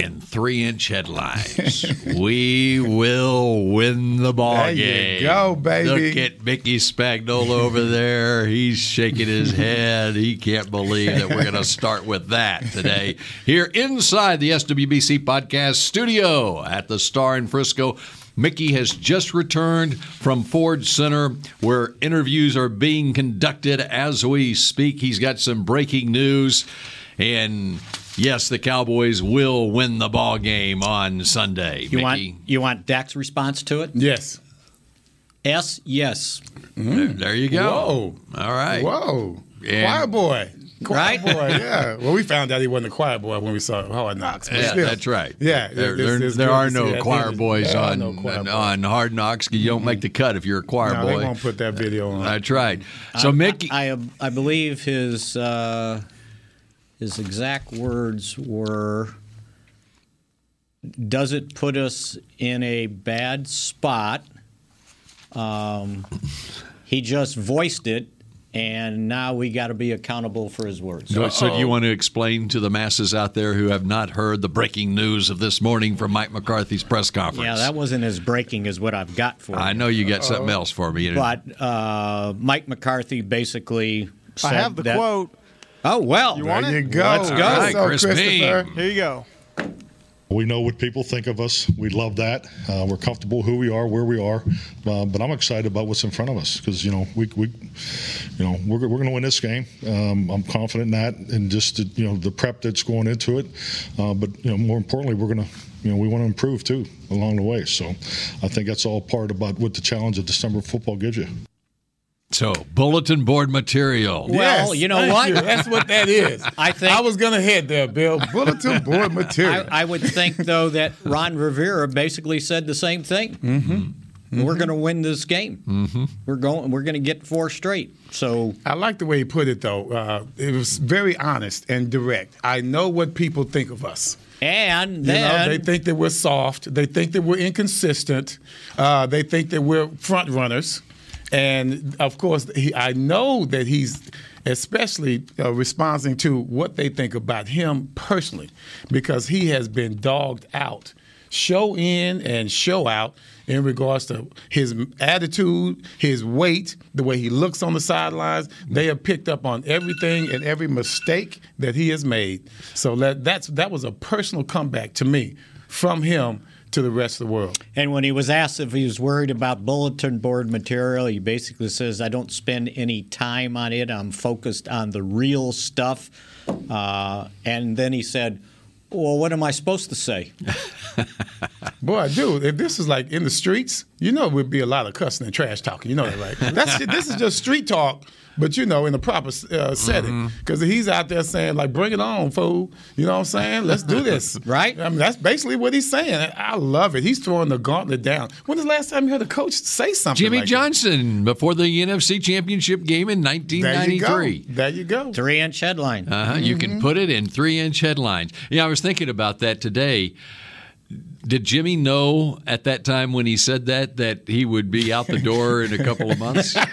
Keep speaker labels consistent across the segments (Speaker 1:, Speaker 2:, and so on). Speaker 1: in three inch headlines. we will win the ball
Speaker 2: There you
Speaker 1: game.
Speaker 2: go, baby.
Speaker 1: Look at Mickey Spagnola over there. He's shaking his head. He can't believe that we're going to start with that today here inside the SWBC podcast studio at the Star in Frisco. Mickey has just returned from Ford Center where interviews are being conducted as we speak. He's got some breaking news. And yes, the Cowboys will win the ball game on Sunday.
Speaker 3: You
Speaker 1: Mickey,
Speaker 3: want you want Dak's response to it?
Speaker 2: Yes.
Speaker 3: S yes.
Speaker 1: there, there you go.
Speaker 2: Mm-hmm. Whoa.
Speaker 1: All right.
Speaker 2: Whoa.
Speaker 1: And-
Speaker 2: Choir boy. Choir
Speaker 3: Right?
Speaker 2: boy, yeah. Well, we found out he wasn't a choir boy when we saw Hard Knocks. but
Speaker 1: Yeah,
Speaker 2: still.
Speaker 1: that's right.
Speaker 2: Yeah.
Speaker 1: there,
Speaker 2: it's-
Speaker 1: there,
Speaker 2: it's
Speaker 1: there
Speaker 2: good
Speaker 1: are
Speaker 2: to see
Speaker 1: no
Speaker 2: that.
Speaker 1: choir boys
Speaker 2: There are
Speaker 1: on
Speaker 2: no choir boys. Mm-hmm.
Speaker 1: on Hard Knocks. You don't make the cut if you're a choir
Speaker 2: No,
Speaker 1: boy.
Speaker 2: they won't put that video on.
Speaker 1: That's right. So Mickey,
Speaker 3: I I believe his uh, his exact words were does it put us in a bad spot? Um, he just voiced it and now we got to be accountable for his words.
Speaker 1: So- So, do you want to explain to the masses out there who have not heard the breaking news of this morning from Mike McCarthy's press conference?
Speaker 3: Yeah, that wasn't as breaking as what I've got for
Speaker 1: I
Speaker 3: you.
Speaker 1: know you got something else for me.
Speaker 3: But uh, Mike McCarthy basically said
Speaker 4: I have the
Speaker 3: that-
Speaker 4: quote.
Speaker 3: Oh well,
Speaker 4: You want
Speaker 2: There you
Speaker 4: it?
Speaker 2: go.
Speaker 1: Let's go.
Speaker 2: All right,
Speaker 1: All right, Chris
Speaker 2: Christopher.
Speaker 1: Beam.
Speaker 4: Here you go.
Speaker 5: We know what people think of us. We love that. Uh, we're comfortable who we are, where we are. Uh, but I'm excited about what's in front of us because you know we, we you know we're, we're going to win this game. Um, I'm confident in that, and just the, you know the prep that's going into it. Uh, but you know more importantly, we're going to you know we want to improve too along the way. So I think that's all part about what the challenge of December football gives you.
Speaker 1: so bulletin board material.
Speaker 3: Well,
Speaker 2: Yes,
Speaker 3: you know
Speaker 2: thank
Speaker 3: what?
Speaker 2: That's what that is.
Speaker 3: I think-
Speaker 2: I was gonna head there, Bill. Bulletin board material.
Speaker 3: I, I would think though that Ron Rivera basically said the same thing. Mm-hmm. We're going to win this game. Mm-hmm. We're going. We're going to get four straight. So
Speaker 2: I like the way he put it, though. Uh, it was very honest and direct. I know what people think of us.
Speaker 3: and
Speaker 2: You know,
Speaker 3: then
Speaker 2: they think that we're soft. They think that we're inconsistent. Uh, they think that we're front runners. And of course, he, I know that he's especially uh, responding to what they think about him personally because he has been dogged out, show in and show out in regards to his attitude, his weight, the way he looks on the sidelines. They have picked up on everything and every mistake that he has made. So that, that's that was a personal comeback to me from him to the rest of the world.
Speaker 3: and when he was asked if he was worried about bulletin board material, he basically says, "I don't spend any time on it. I'm focused on the real stuff." Uh, and then he said, "Well, what am I supposed to say?"
Speaker 2: Boy, dude, if this was like in the streets, you know, it would be a lot of cussing and trash talking. You know that, right? That's this is just street talk, but you know, in a proper uh, setting,
Speaker 1: Mm-hmm.
Speaker 2: because he's out there saying like, "Bring it on, fool." You know what I'm saying? Let's do this,
Speaker 3: Right.
Speaker 2: I mean, that's basically what he's saying. I love it. He's throwing the gauntlet down. When was the last time you heard a coach say something?
Speaker 1: Jimmy
Speaker 2: like that?
Speaker 1: Johnson before the NFC Championship game in
Speaker 2: There you
Speaker 1: 1993.
Speaker 2: go. There you go.
Speaker 3: Three-inch headline.
Speaker 2: Uh,
Speaker 1: Uh-huh. You
Speaker 3: Mm-hmm.
Speaker 1: can put it in three inch headlines. Yeah, I was thinking about that today. Did Jimmy know at that time when he said that that he would be out the door in a couple of months?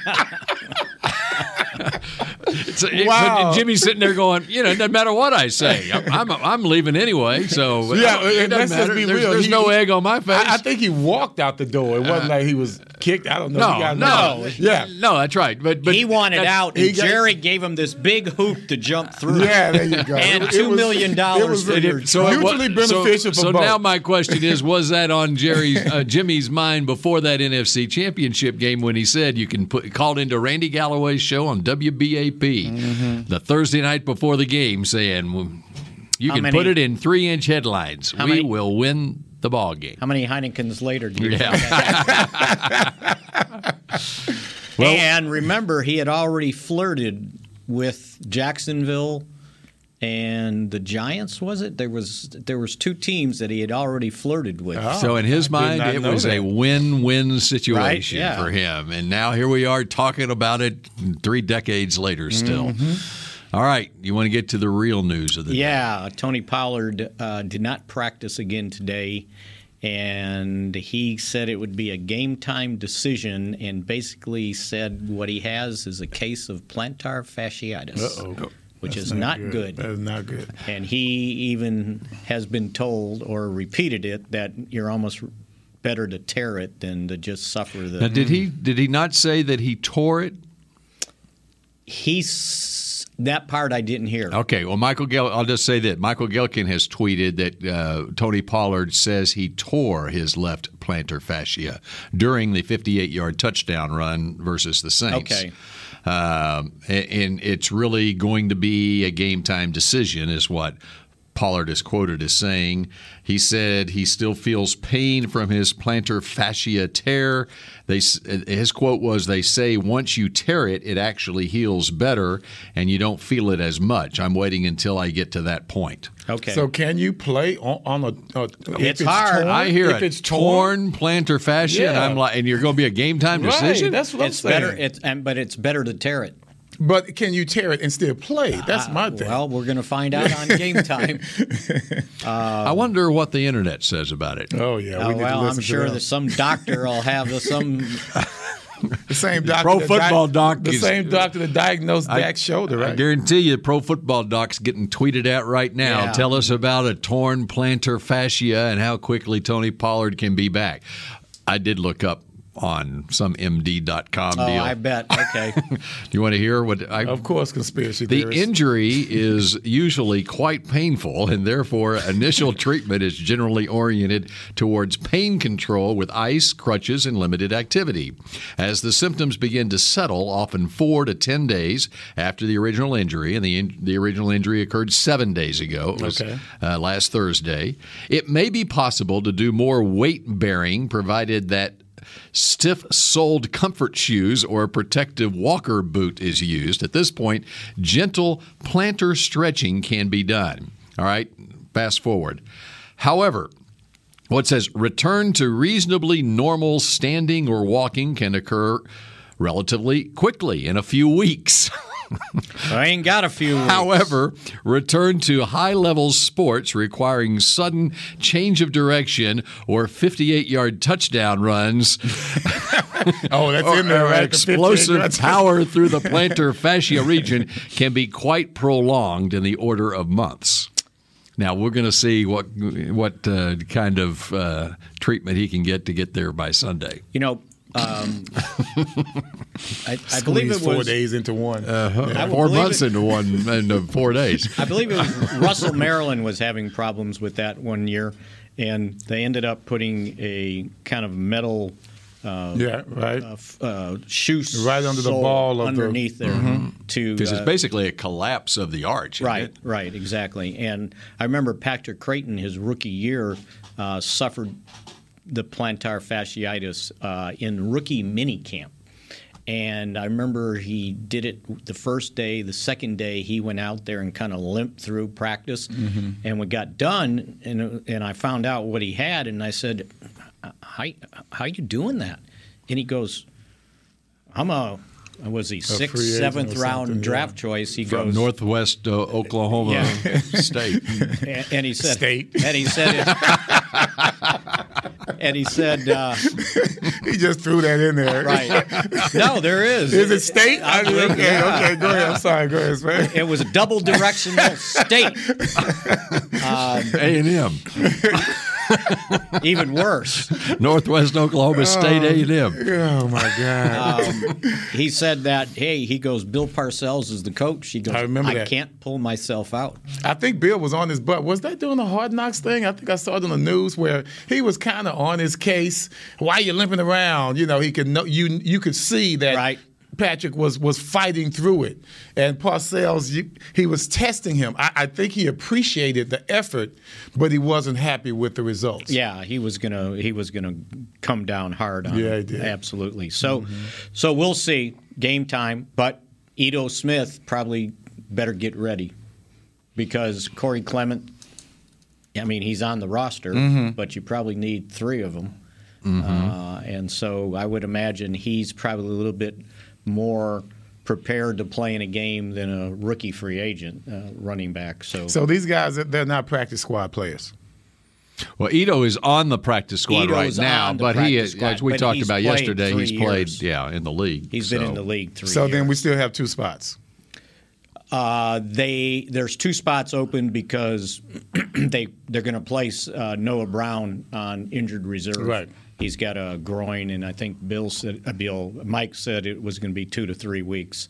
Speaker 1: It's- it-
Speaker 2: Wow.
Speaker 1: Jimmy's sitting there going, you know, it doesn't matter what I say. I'm, I'm, I'm leaving anyway, so
Speaker 2: Yeah,
Speaker 1: it
Speaker 2: and let's
Speaker 1: doesn't
Speaker 2: just
Speaker 1: matter.
Speaker 2: be
Speaker 1: There's,
Speaker 2: real.
Speaker 1: there's
Speaker 2: He-
Speaker 1: no
Speaker 2: he-
Speaker 1: egg on my face. Uh,
Speaker 2: I, I think he walked out the door. It wasn't like he was kicked. I don't know. You
Speaker 1: no,
Speaker 2: gotta
Speaker 1: no,
Speaker 2: know. Yeah.
Speaker 1: no, that's right. But, but
Speaker 3: he wanted
Speaker 1: that's-
Speaker 3: out,
Speaker 2: he
Speaker 3: and
Speaker 2: got-
Speaker 3: Jerry gave him this big hoop to jump through.
Speaker 2: Yeah, there you go.
Speaker 3: And
Speaker 2: It- it
Speaker 3: two
Speaker 2: was-
Speaker 3: million
Speaker 2: it
Speaker 3: dollars
Speaker 2: was-
Speaker 3: for your
Speaker 2: it- so it
Speaker 1: wa-
Speaker 2: mutually beneficial
Speaker 1: so,
Speaker 2: for
Speaker 1: so
Speaker 2: both.
Speaker 1: now my question is was that on Jerry's uh, Jimmy's mind before that NFC championship game when he said you can put called into Randy Galloway's show on WBAP
Speaker 2: Mm-hmm.
Speaker 1: the Thursday night before the game saying well, you
Speaker 3: How
Speaker 1: can
Speaker 3: many-
Speaker 1: put it in 3 inch headlines we
Speaker 3: many-
Speaker 1: will win the ball game
Speaker 3: How many Heinekens later do you
Speaker 1: yeah
Speaker 3: and remember, he had already flirted with Jacksonville and the Giants. Was it there was there was two teams that he had already flirted with.
Speaker 1: So in his mind,
Speaker 2: Oh, not
Speaker 1: it
Speaker 2: know
Speaker 1: was a
Speaker 2: that.
Speaker 1: win-win situation
Speaker 3: yeah.
Speaker 1: for him, and now here we are talking about it three decades later. Still,
Speaker 2: Mm-hmm.
Speaker 1: All right. You want to get to the real news of the day?
Speaker 3: Yeah, Tony Pollard uh, did not practice again today, and he said it would be a game time decision, and basically said what he has is a case of plantar fasciitis, which is not good.
Speaker 2: That's not good.
Speaker 3: And he even has been told or repeated it that you're almost better to tear it than to just suffer the.
Speaker 1: Now, did he did he not say that he tore it?
Speaker 3: He's that part I didn't hear.
Speaker 1: Okay. Well, Michael Gel, I'll just say that Michael Gelkin has tweeted that uh, Tony Pollard says he tore his left plantar fascia during the 58-yard touchdown run versus the Saints.
Speaker 3: Okay.
Speaker 1: Um, a- and it's really going to be a game time decision, is what Pollard is quoted as saying. He said he still feels pain from his plantar fascia tear. They, s- his quote was, "They say once you tear it, it actually heals better, and you don't feel it as much. I'm waiting until I get to that point."
Speaker 3: Okay.
Speaker 2: So can you play on, on a, a? It's, if it's
Speaker 3: hard.
Speaker 2: Torn,
Speaker 1: I hear
Speaker 2: if
Speaker 1: it.
Speaker 2: it's
Speaker 1: torn, plantar fascia, and
Speaker 2: Yeah.
Speaker 1: I'm like, and you're going to be a game time decision.
Speaker 2: Right, that's what
Speaker 3: it's
Speaker 2: I'm saying.
Speaker 3: better. It's and but it's better to tear it. Uh,
Speaker 2: But can you tear it and still play? That's my thing.
Speaker 3: Well, we're going to find out on game time.
Speaker 1: I wonder what the internet says about it.
Speaker 2: oh yeah,
Speaker 3: Uh,
Speaker 2: we need to
Speaker 3: well,
Speaker 2: listen
Speaker 3: I'm sure
Speaker 2: to
Speaker 3: that
Speaker 2: them.
Speaker 3: some doctor will have some. oh,
Speaker 2: the same doctor,
Speaker 1: pro
Speaker 2: that
Speaker 1: football doc
Speaker 2: the
Speaker 1: is-
Speaker 2: same doctor that diagnosed
Speaker 1: I-
Speaker 2: Dak's
Speaker 3: Oh,
Speaker 2: shoulder,
Speaker 1: I
Speaker 2: right?
Speaker 1: guarantee you, pro football doc's getting tweeted at right now.
Speaker 3: Yeah.
Speaker 1: Tell us about a torn plantar fascia and how quickly Tony Pollard can be back. I did look up on some MD.com
Speaker 3: Oh,
Speaker 1: deal.
Speaker 3: I bet. Okay.
Speaker 1: Do you want to hear what I?
Speaker 2: of course, conspiracy
Speaker 1: The
Speaker 2: theorists.
Speaker 1: injury is usually quite painful, and therefore, initial treatment is generally oriented towards pain control with ice, crutches, and limited activity. As the symptoms begin to settle, often four to 10 days after the original injury, and the, in- the original injury occurred seven days ago, it was
Speaker 2: Okay.
Speaker 1: uh, last Thursday, it may be possible to do more weight bearing provided that stiff soled comfort shoes or a protective walker boot is used. At this point, gentle plantar stretching can be done. All right, fast forward. However, what says return to reasonably normal standing or walking can occur relatively quickly in a few weeks.
Speaker 3: I ain't got a few. weeks.
Speaker 1: However, return to high level sports requiring sudden change of direction or 58 yard touchdown runs
Speaker 2: oh, that's
Speaker 1: or,
Speaker 2: in there,
Speaker 1: or
Speaker 2: right? The 15
Speaker 1: explosive
Speaker 2: yards.
Speaker 1: power through the plantar fascia region can be quite prolonged in the order of months. Now we're going to see what what uh, kind of uh, treatment he can get to get there by Sunday.
Speaker 3: You know, um, I, I believe
Speaker 2: Squeeze
Speaker 3: it
Speaker 2: four
Speaker 3: was.
Speaker 2: days into one.
Speaker 3: I would
Speaker 1: Four
Speaker 3: believe
Speaker 1: months
Speaker 3: it-
Speaker 1: into one into four days.
Speaker 3: I believe it was Russell Maryland was having problems with that one year, and they ended up putting a kind of metal
Speaker 2: yeah, right.
Speaker 3: uh, shoe
Speaker 2: Right under the
Speaker 3: sole
Speaker 2: ball of the- Mm-hmm.
Speaker 3: underneath there to
Speaker 1: This is
Speaker 3: uh,
Speaker 1: basically a collapse of the arch. isn't
Speaker 3: Right,
Speaker 1: it?
Speaker 3: right, exactly. And I remember Patrick Creighton, his rookie year, uh, suffered the plantar fasciitis uh, in rookie mini camp. And I remember he did it the first day. The second day, he went out there and kind of limped through practice.
Speaker 2: Mm-hmm.
Speaker 3: And we got done, and and I found out what he had, and I said, "How how you doing that?" And he goes, "I'm a." Was he sixth,
Speaker 2: free agent or
Speaker 3: seventh round
Speaker 2: something, yeah.
Speaker 3: draft choice? He
Speaker 1: from
Speaker 3: goes
Speaker 1: Northwest uh, Oklahoma
Speaker 3: Yeah.
Speaker 1: State.
Speaker 3: and, and he said,
Speaker 2: State.
Speaker 3: and he said, it- and he said, uh,
Speaker 2: he just threw that in there.
Speaker 3: right? No, there is.
Speaker 2: Is it state? I mean,
Speaker 3: believe-
Speaker 2: okay, okay, go ahead. I'm sorry, go ahead, man.
Speaker 3: It was a double directional state,
Speaker 1: A and M,
Speaker 3: even worse.
Speaker 1: Northwest
Speaker 3: Oh.
Speaker 1: Oklahoma State A and M.
Speaker 2: Oh my God!
Speaker 3: He said that, hey, he goes, Bill Parcells is the coach. He goes,
Speaker 2: I remember
Speaker 3: I
Speaker 2: that.
Speaker 3: can't pull myself out.
Speaker 2: I think Bill was on his butt. Was that doing the hard knocks thing? I think I saw it on the news where he was kind of on his case. Why you limping around? You know, he could know you. You could see that
Speaker 3: Right.
Speaker 2: Patrick was was fighting through it, and Parcells you, he was testing him. I, I think he appreciated the effort, but he wasn't happy with the results.
Speaker 3: Yeah, he was gonna he was gonna come down hard on.
Speaker 2: Yeah,
Speaker 3: it.
Speaker 2: he did. Mm-hmm.
Speaker 3: absolutely. So, so we'll see game time. But Edo Smith probably better get ready. because Corey Clement, I mean, he's on the roster,
Speaker 2: Mm-hmm.
Speaker 3: but you probably need three of them. Uh, and so I would imagine he's probably a little bit more prepared to play in a game than a rookie free agent uh, running back. So,
Speaker 2: So these guys, they're not practice squad players.
Speaker 1: Well, Ito is on the practice squad
Speaker 3: Ito
Speaker 1: right
Speaker 3: is
Speaker 1: now,
Speaker 3: on the
Speaker 1: but he
Speaker 3: practice
Speaker 1: is,
Speaker 3: squad,
Speaker 1: as we
Speaker 3: but
Speaker 1: talked
Speaker 3: he's
Speaker 1: about
Speaker 3: played
Speaker 1: yesterday,
Speaker 3: three
Speaker 1: he's played,
Speaker 3: years.
Speaker 1: yeah, in the league. He's
Speaker 3: he's been in the league three
Speaker 2: So then we
Speaker 3: years.
Speaker 2: still have two spots.
Speaker 3: Uh, they there's two spots open because they they're going to place uh, Noah Brown on injured reserve.
Speaker 2: Right.
Speaker 3: He's got a groin, and I think Bill said uh, Bill Mike said it was going to be two to three weeks.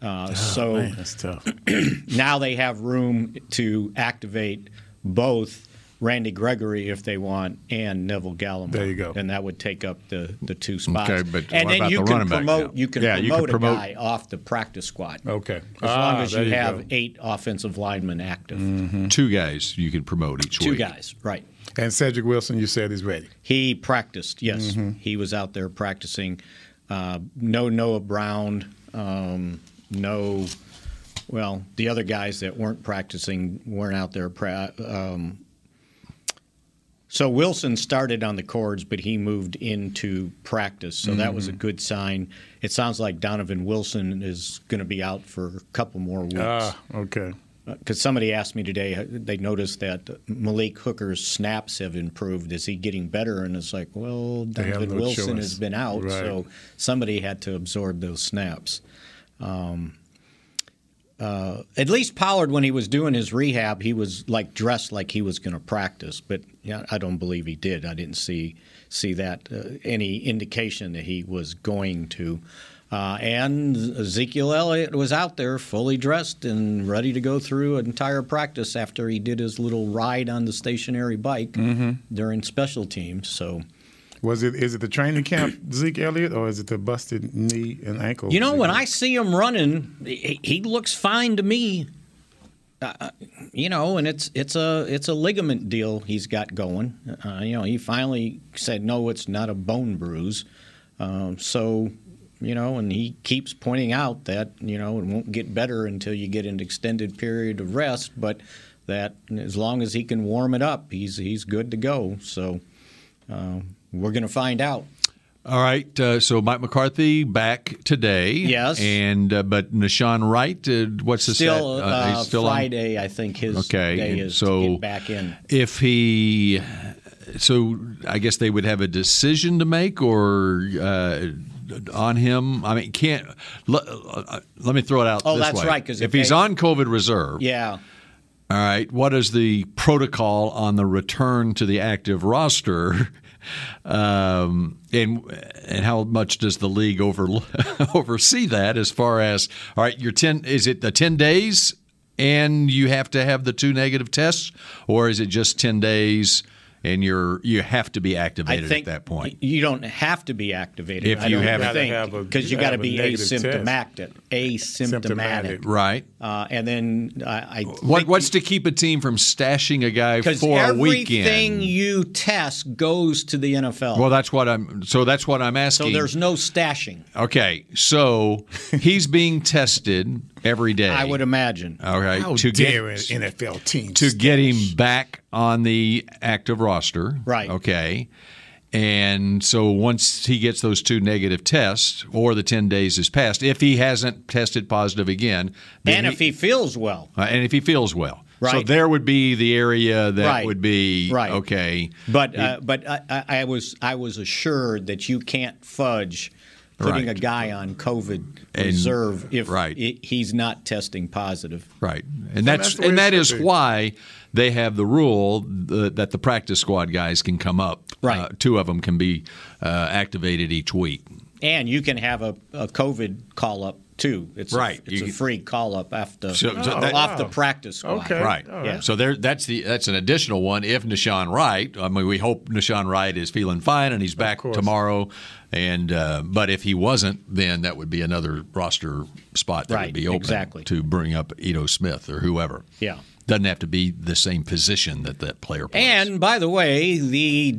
Speaker 3: Uh, so
Speaker 2: That's tough.
Speaker 3: now they have room to activate both Randy Gregory if they want and Neville Gallimore.
Speaker 2: There you go.
Speaker 3: And that would take up the, the two spots.
Speaker 1: Okay, but
Speaker 3: and
Speaker 1: what
Speaker 3: then
Speaker 1: about
Speaker 3: you
Speaker 1: the
Speaker 3: can
Speaker 1: running back
Speaker 3: promote
Speaker 1: now?
Speaker 3: you can
Speaker 1: Yeah,
Speaker 3: promote
Speaker 1: you can promote-
Speaker 3: a guy off the practice squad.
Speaker 2: Okay.
Speaker 3: As
Speaker 2: Ah,
Speaker 3: long as
Speaker 2: there
Speaker 3: you,
Speaker 2: you
Speaker 3: have
Speaker 2: go. Mm-hmm.
Speaker 3: eight offensive linemen active.
Speaker 1: two guys you can promote each
Speaker 3: Two
Speaker 1: week.
Speaker 3: guys, right.
Speaker 2: And Cedric Wilson, you said is ready.
Speaker 3: He practiced, yes.
Speaker 2: Mm-hmm.
Speaker 3: He was out there practicing. Uh, no Noah Brown, um, no, well, the other guys that weren't practicing weren't out there. Pra- um, so Wilson started on the cords, but he moved into practice. So that was a
Speaker 2: Mm-hmm.
Speaker 3: good sign. It sounds like Donovan Wilson is going to be out for a couple more weeks
Speaker 2: Ah, okay.
Speaker 3: because somebody asked me today, uh, they noticed that Malik Hooker's snaps have improved. Is he getting better? And it's like, well,
Speaker 2: have
Speaker 3: Donovan
Speaker 2: no
Speaker 3: Wilson
Speaker 2: choice.
Speaker 3: has been out,
Speaker 2: Right.
Speaker 3: so somebody had to absorb those snaps. Um, uh, at least Pollard, when he was doing his rehab, he was like dressed like he was going to practice, but yeah, I don't believe he did. I didn't see see that uh, any indication that he was going to. Uh, and Ezekiel Elliott was out there fully dressed and ready to go through an entire practice after he did his little ride on the stationary bike during special teams. So.
Speaker 2: Was it is it the training camp Zeke Elliott or is it the busted knee and ankle?
Speaker 3: You know,
Speaker 2: Zeke
Speaker 3: when I
Speaker 2: Elliott?
Speaker 3: see him running, he, he looks fine to me. Uh, you know, and it's it's a it's a ligament deal he's got going. Uh, you know, he finally said, "No, it's not a bone bruise." Um, so, you know, and he keeps pointing out that you know it won't get better until you get an extended period of rest, but that as long as he can warm it up, he's he's good to go. So, uh, we're going to find out.
Speaker 1: All right, uh, so Mike McCarthy back today.
Speaker 3: Yes.
Speaker 1: and uh, but Nashawn Wright, uh, what's his
Speaker 3: still,
Speaker 1: stat?
Speaker 3: uh,
Speaker 1: he's still on?
Speaker 3: Friday. I think his
Speaker 1: Okay,
Speaker 3: day
Speaker 1: and
Speaker 3: is
Speaker 1: so
Speaker 3: to get back in.
Speaker 1: If he, so I guess they would have a decision to make or uh, on him. I mean, can't. Let, uh, let me throw it out.
Speaker 3: Oh,
Speaker 1: this
Speaker 3: that's
Speaker 1: way.
Speaker 3: right, 'cause
Speaker 1: if
Speaker 3: if
Speaker 1: he's
Speaker 3: they-
Speaker 1: on COVID reserve,
Speaker 3: Yeah,
Speaker 1: All right. What is the protocol on the return to the active roster? Um, and and how much does the league over, oversee that as far as all right, your 10 is it the 10 days and you have to have the two negative tests or is it just 10 days and you're you have to be
Speaker 3: I
Speaker 1: activated
Speaker 3: think
Speaker 1: at that point?
Speaker 3: you don't have to be activated.
Speaker 1: If
Speaker 3: I
Speaker 1: you
Speaker 3: don't
Speaker 1: have-
Speaker 2: Gotta have a-
Speaker 3: think because you got to
Speaker 2: have a
Speaker 3: be
Speaker 2: negative test.
Speaker 3: asymptomatic. Asymptomatic,
Speaker 2: Symptomatic.
Speaker 1: Right.
Speaker 3: Uh, and then I, I
Speaker 1: What,
Speaker 3: think-
Speaker 1: what's to keep a team from stashing a guy
Speaker 3: because
Speaker 1: for a
Speaker 3: everything
Speaker 1: weekend?
Speaker 3: you test goes to the NFL.
Speaker 1: well, that's what I'm. So that's what I'm asking.
Speaker 3: so there's no stashing.
Speaker 1: Okay, so he's being tested every day.
Speaker 3: I would imagine.
Speaker 1: All right,
Speaker 2: How
Speaker 1: to
Speaker 2: dare
Speaker 1: get
Speaker 2: an NFL team
Speaker 1: to get him back on the active roster.
Speaker 3: Right.
Speaker 1: Okay. And so once he gets those two negative tests, or the ten days is passed, if he hasn't tested positive again, then
Speaker 3: and if he feels well,
Speaker 1: uh, and if he feels well, so
Speaker 3: Right.
Speaker 1: there would be the area that
Speaker 3: Right.
Speaker 1: would be
Speaker 3: Right.
Speaker 1: okay.
Speaker 3: But uh, but I, I I was I was assured that you can't fudge putting
Speaker 1: Right.
Speaker 3: a guy on COVID
Speaker 1: And-
Speaker 3: reserve if
Speaker 1: right.
Speaker 3: i- he's not testing positive.
Speaker 1: Right, and that's,
Speaker 2: that's the way
Speaker 1: and
Speaker 2: it
Speaker 1: that
Speaker 2: should
Speaker 1: is
Speaker 2: be.
Speaker 1: why they have the rule the, that the practice squad guys can come up.
Speaker 3: Right.
Speaker 1: Uh, two of them can be uh, activated each week.
Speaker 3: And you can have a, a COVID call up too. It's
Speaker 1: Right.
Speaker 3: A, it's
Speaker 1: You
Speaker 3: a
Speaker 1: can-
Speaker 3: free call up after
Speaker 1: So- so that-
Speaker 3: off the practice squad.
Speaker 2: Oh, Okay.
Speaker 1: Right.
Speaker 2: All
Speaker 3: Yeah.
Speaker 1: So there, that's the that's an additional one. If Nashawn Wright, I mean, we hope Nashawn Wright is feeling fine and he's back
Speaker 2: course.
Speaker 1: tomorrow. And uh, but if he wasn't, then that would be another roster spot that would
Speaker 3: Right,
Speaker 1: be open
Speaker 3: exactly.
Speaker 1: to bring up Ito Smith or whoever.
Speaker 3: Yeah.
Speaker 1: Doesn't have to be the same position that that player plays.
Speaker 3: And by the way, the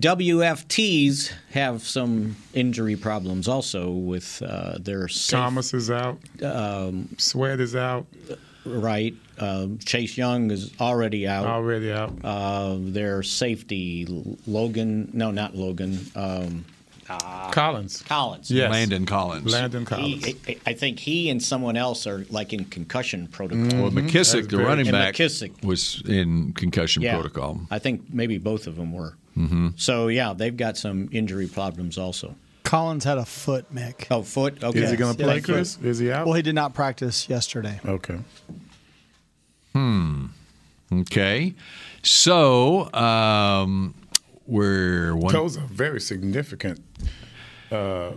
Speaker 3: WFTs have some injury problems also with uh, their safe-
Speaker 2: Thomas is out. Um, Sweat is out.
Speaker 3: right. Um, Chase Young is already out.
Speaker 2: Already out.
Speaker 3: Oh. Uh, their safety, Logan, no, not Logan, um,
Speaker 2: Collins.
Speaker 3: Collins.
Speaker 2: Yes.
Speaker 1: Landon Collins.
Speaker 2: Landon Collins.
Speaker 3: He, I, I think he and someone else are like in concussion protocol.
Speaker 1: Well, McKissick, the
Speaker 2: very-
Speaker 1: running
Speaker 3: Mm-hmm. And
Speaker 1: back,
Speaker 3: McKissick.
Speaker 1: was in concussion
Speaker 3: Yeah.
Speaker 1: protocol.
Speaker 3: I think maybe both of them were. Mm-hmm. So yeah, they've got some injury problems also.
Speaker 6: Collins had a foot, Mick.
Speaker 3: Oh, foot. Okay.
Speaker 2: Is he going to
Speaker 6: Yeah,
Speaker 2: play,
Speaker 6: like-
Speaker 2: Chris? Is he out?
Speaker 6: Well, he did not practice yesterday.
Speaker 2: okay.
Speaker 1: Okay, so um, we're one.
Speaker 2: Those are very significant uh,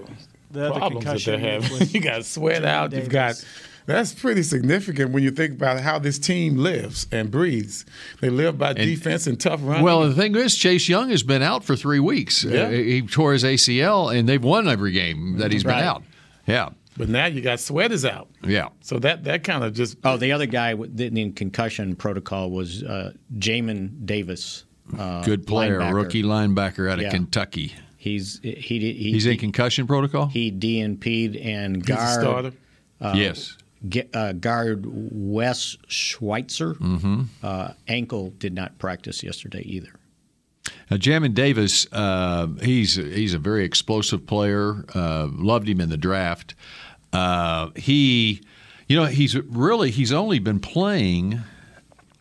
Speaker 6: The other
Speaker 2: problems that
Speaker 6: concussion
Speaker 2: they're having.
Speaker 6: was
Speaker 2: you got sweat
Speaker 6: Jordan
Speaker 2: out. You've got
Speaker 6: Davis.
Speaker 2: that's pretty significant when you think about how this team lives and breathes. They live by defense and tough running.
Speaker 1: Well, the thing is, Chase Young has been out for three weeks.
Speaker 2: Yeah.
Speaker 1: Uh, he tore his ACL, and they've won every game that he's
Speaker 2: Right.
Speaker 1: been out. Yeah,
Speaker 2: but now you got sweaters out.
Speaker 1: yeah.
Speaker 2: So that that kind of just
Speaker 3: Oh, the other guy with- in the concussion protocol was uh, Jamin Davis. Uh,
Speaker 1: Good player,
Speaker 3: linebacker.
Speaker 1: rookie linebacker out of
Speaker 3: Yeah.
Speaker 1: Kentucky.
Speaker 3: He's he he
Speaker 1: He's in
Speaker 3: he,
Speaker 1: concussion protocol.
Speaker 3: he DNP'd and
Speaker 2: he's a starter.
Speaker 3: guard
Speaker 1: yes.
Speaker 3: ge- uh, guard Wes Schweitzer uh, ankle did not practice yesterday either.
Speaker 1: Now, Jamin Davis, uh, he's he's a very explosive player. Uh, loved him in the draft. Uh, he, you know, he's really he's only been playing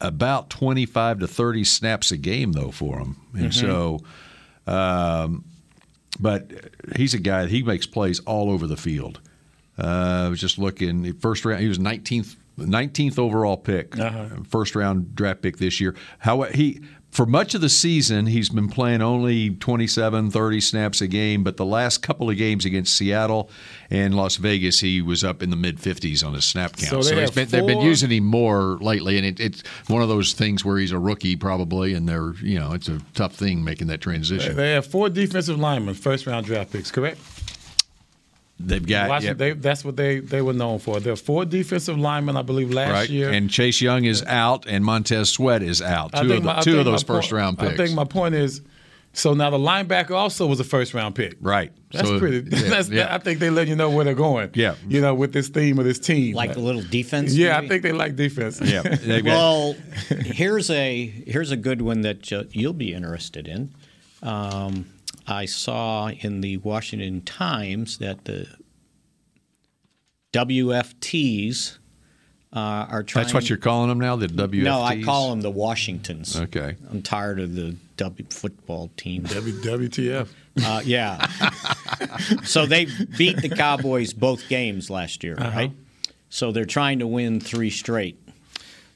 Speaker 1: about twenty five to thirty snaps a game though for him, and so. Um, but he's a guy he makes plays all over the field. Uh, I was just looking first round. He was nineteenth, nineteenth overall pick, first round draft pick this year. How he for much of the season he's been playing only 27, 30 snaps a game, but the last couple of games against Seattle and Las Vegas, he was up in the mid fifties on his snap count.
Speaker 2: So they
Speaker 1: he's
Speaker 2: have
Speaker 1: been, they've been
Speaker 2: four-
Speaker 1: using him more lately, and it, it's one of those things where he's a rookie probably, and they're you know it's a tough thing making that transition.
Speaker 2: They have four defensive linemen, first round draft picks, correct?
Speaker 1: They've got
Speaker 2: Last-
Speaker 1: Uh, yeah,
Speaker 2: they, that's what they, they were known for. There are four defensive linemen, I believe, last
Speaker 1: right,
Speaker 2: year.
Speaker 1: and Chase Young is out, and Montez Sweat is out.
Speaker 2: I
Speaker 1: Two
Speaker 2: think
Speaker 1: of the,
Speaker 2: my- I
Speaker 1: two of
Speaker 2: think my
Speaker 1: those first
Speaker 2: point-
Speaker 1: round picks.
Speaker 2: I think my point is, so now the linebacker also was a first round pick.
Speaker 1: Right.
Speaker 2: That's
Speaker 1: So,
Speaker 2: pretty.
Speaker 1: yeah,
Speaker 2: that's,
Speaker 1: yeah.
Speaker 2: I think they let you know where they're going.
Speaker 1: Yeah.
Speaker 2: You know, with this theme of this team.
Speaker 3: Like a little defense.
Speaker 2: yeah, I
Speaker 3: maybe?
Speaker 2: think they like defense.
Speaker 1: Yeah. They've got-
Speaker 3: Well, here's a here's a good one that uh, you'll be interested in. Um, I saw in the Washington Times that the WFTs uh, are trying.
Speaker 1: that's what you're calling them now, the WFTs?
Speaker 3: No, I call them the Washingtons.
Speaker 1: Okay.
Speaker 3: I'm tired of the W football team.
Speaker 2: W- WTF.
Speaker 3: Uh, yeah. so they beat the Cowboys both games last year,
Speaker 1: Uh-huh.
Speaker 3: right? So they're trying to win three straight.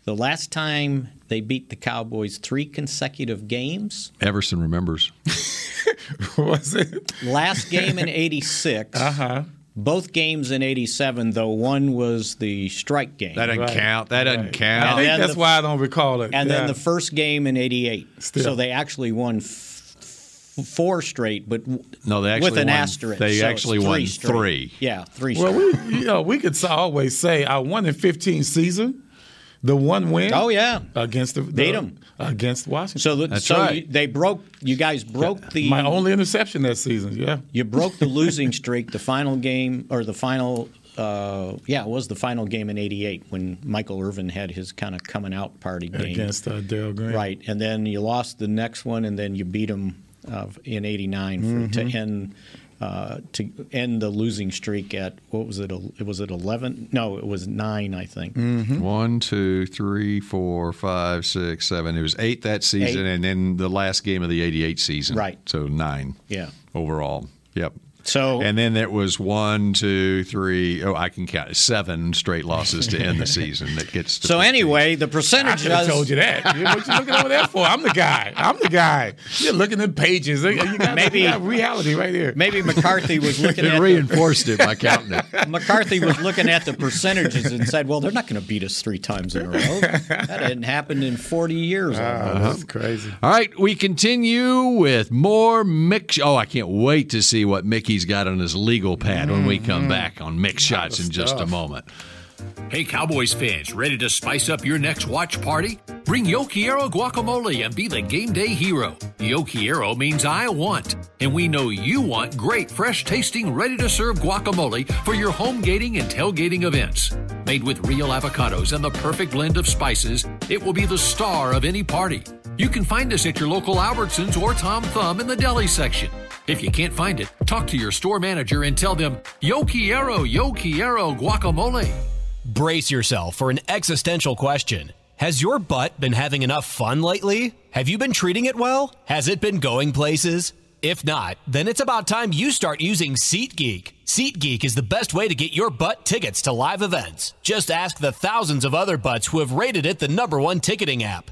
Speaker 3: The last time they beat the Cowboys three consecutive games,
Speaker 1: Everson remembers.
Speaker 2: was it?
Speaker 3: last game in 86, uh-huh. both games in 87, though one was the strike game.
Speaker 1: That doesn't
Speaker 2: Right.
Speaker 1: count. That doesn't
Speaker 2: Right.
Speaker 1: count.
Speaker 2: I think
Speaker 3: then
Speaker 2: that's
Speaker 3: the-
Speaker 2: why I don't recall it.
Speaker 3: and
Speaker 2: Yeah.
Speaker 3: then the first game in 88.
Speaker 2: Still.
Speaker 3: So they actually won f- f- four straight, but w-
Speaker 1: No, they actually
Speaker 3: with an
Speaker 1: won-
Speaker 3: asterisk.
Speaker 1: they
Speaker 3: so it's
Speaker 1: actually
Speaker 3: three
Speaker 1: won
Speaker 3: straight.
Speaker 1: three.
Speaker 3: Yeah, three
Speaker 2: Well,
Speaker 3: straight.
Speaker 2: we you know we could so- always say our one in fifteen season, the one win.
Speaker 3: Oh, yeah.
Speaker 2: Against the, the
Speaker 3: Beat 'em.
Speaker 2: against Washington.
Speaker 3: So, the,
Speaker 1: That's
Speaker 3: so
Speaker 1: right.
Speaker 3: you, they broke. You guys broke the.
Speaker 2: my only interception that season. Yeah.
Speaker 3: You broke the losing streak. The final game, or the final, uh, yeah, it was the final game in '88 when Michael Irvin had his kind of coming out party game.
Speaker 2: Against uh, Daryl Green.
Speaker 3: right, and then you lost the next one, and then you beat them uh, in '89 for to end. Uh, to end the losing streak at what was it? el- It was at eleven? No, it was nine, I think.
Speaker 1: Mm. Mm-hmm. One, two, three, four, five, six, seven. It was eight that season,
Speaker 3: Eight.
Speaker 1: and then the last game of the 88 season.
Speaker 3: Right.
Speaker 1: So nine
Speaker 3: Yeah.
Speaker 1: overall. Yep.
Speaker 3: So
Speaker 1: And then it was one, two, three. Oh, I can count seven straight losses to end the season. That gets to
Speaker 3: so
Speaker 1: 15.
Speaker 3: anyway, the
Speaker 2: I
Speaker 3: percentage
Speaker 2: should have told you that. You- What you looking over there for? I'm the guy. I'm the guy. You're looking at pages. You got,
Speaker 3: Maybe-
Speaker 2: you got reality right here.
Speaker 3: maybe McCarthy was looking
Speaker 1: It
Speaker 3: at the-
Speaker 1: reinforced it by counting it.
Speaker 3: McCarthy was looking at the percentages and said, "Well, they're not going to beat us three times in a row. That hadn't happened in 40 years."
Speaker 2: That's crazy.
Speaker 1: All right, we continue with more Mick. Oh, I can't wait to see what Mickey's got on his legal pad when we
Speaker 3: Mm-hmm.
Speaker 1: come back on Mick Shots in just a moment.
Speaker 4: Hey, Cowboys fans, ready to spice up your next watch party? Bring Yokiero guacamole and be the game day hero. Yokiero means I want, and we know you want great, fresh tasting, ready to serve guacamole for your home gating and tailgating events.
Speaker 1: Made with real avocados and the perfect blend of spices, it will be the star of any party. You can find us at your local Albertsons or Tom Thumb in the deli section. If you can't find it, talk to your store manager and tell them, Yo quiero, yo quiero guacamole.
Speaker 7: Brace yourself for an existential question. Has your butt been having enough fun lately? Have you been treating it well? Has it been going places? If not, then it's about time you start using SeatGeek. SeatGeek is the best way to get your butt tickets to live events. Just ask the thousands of other butts who have rated it the number one ticketing app.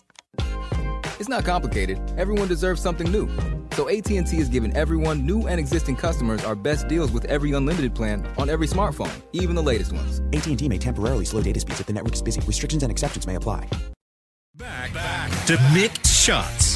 Speaker 8: It's not complicated. Everyone deserves something new. So AT&T is giving everyone, new and existing customers, our best deals with every unlimited plan on every smartphone, even the latest ones.
Speaker 9: AT&T may temporarily slow data speeds if the network is busy. Restrictions and exceptions may apply.
Speaker 10: Back, back to mixed shots.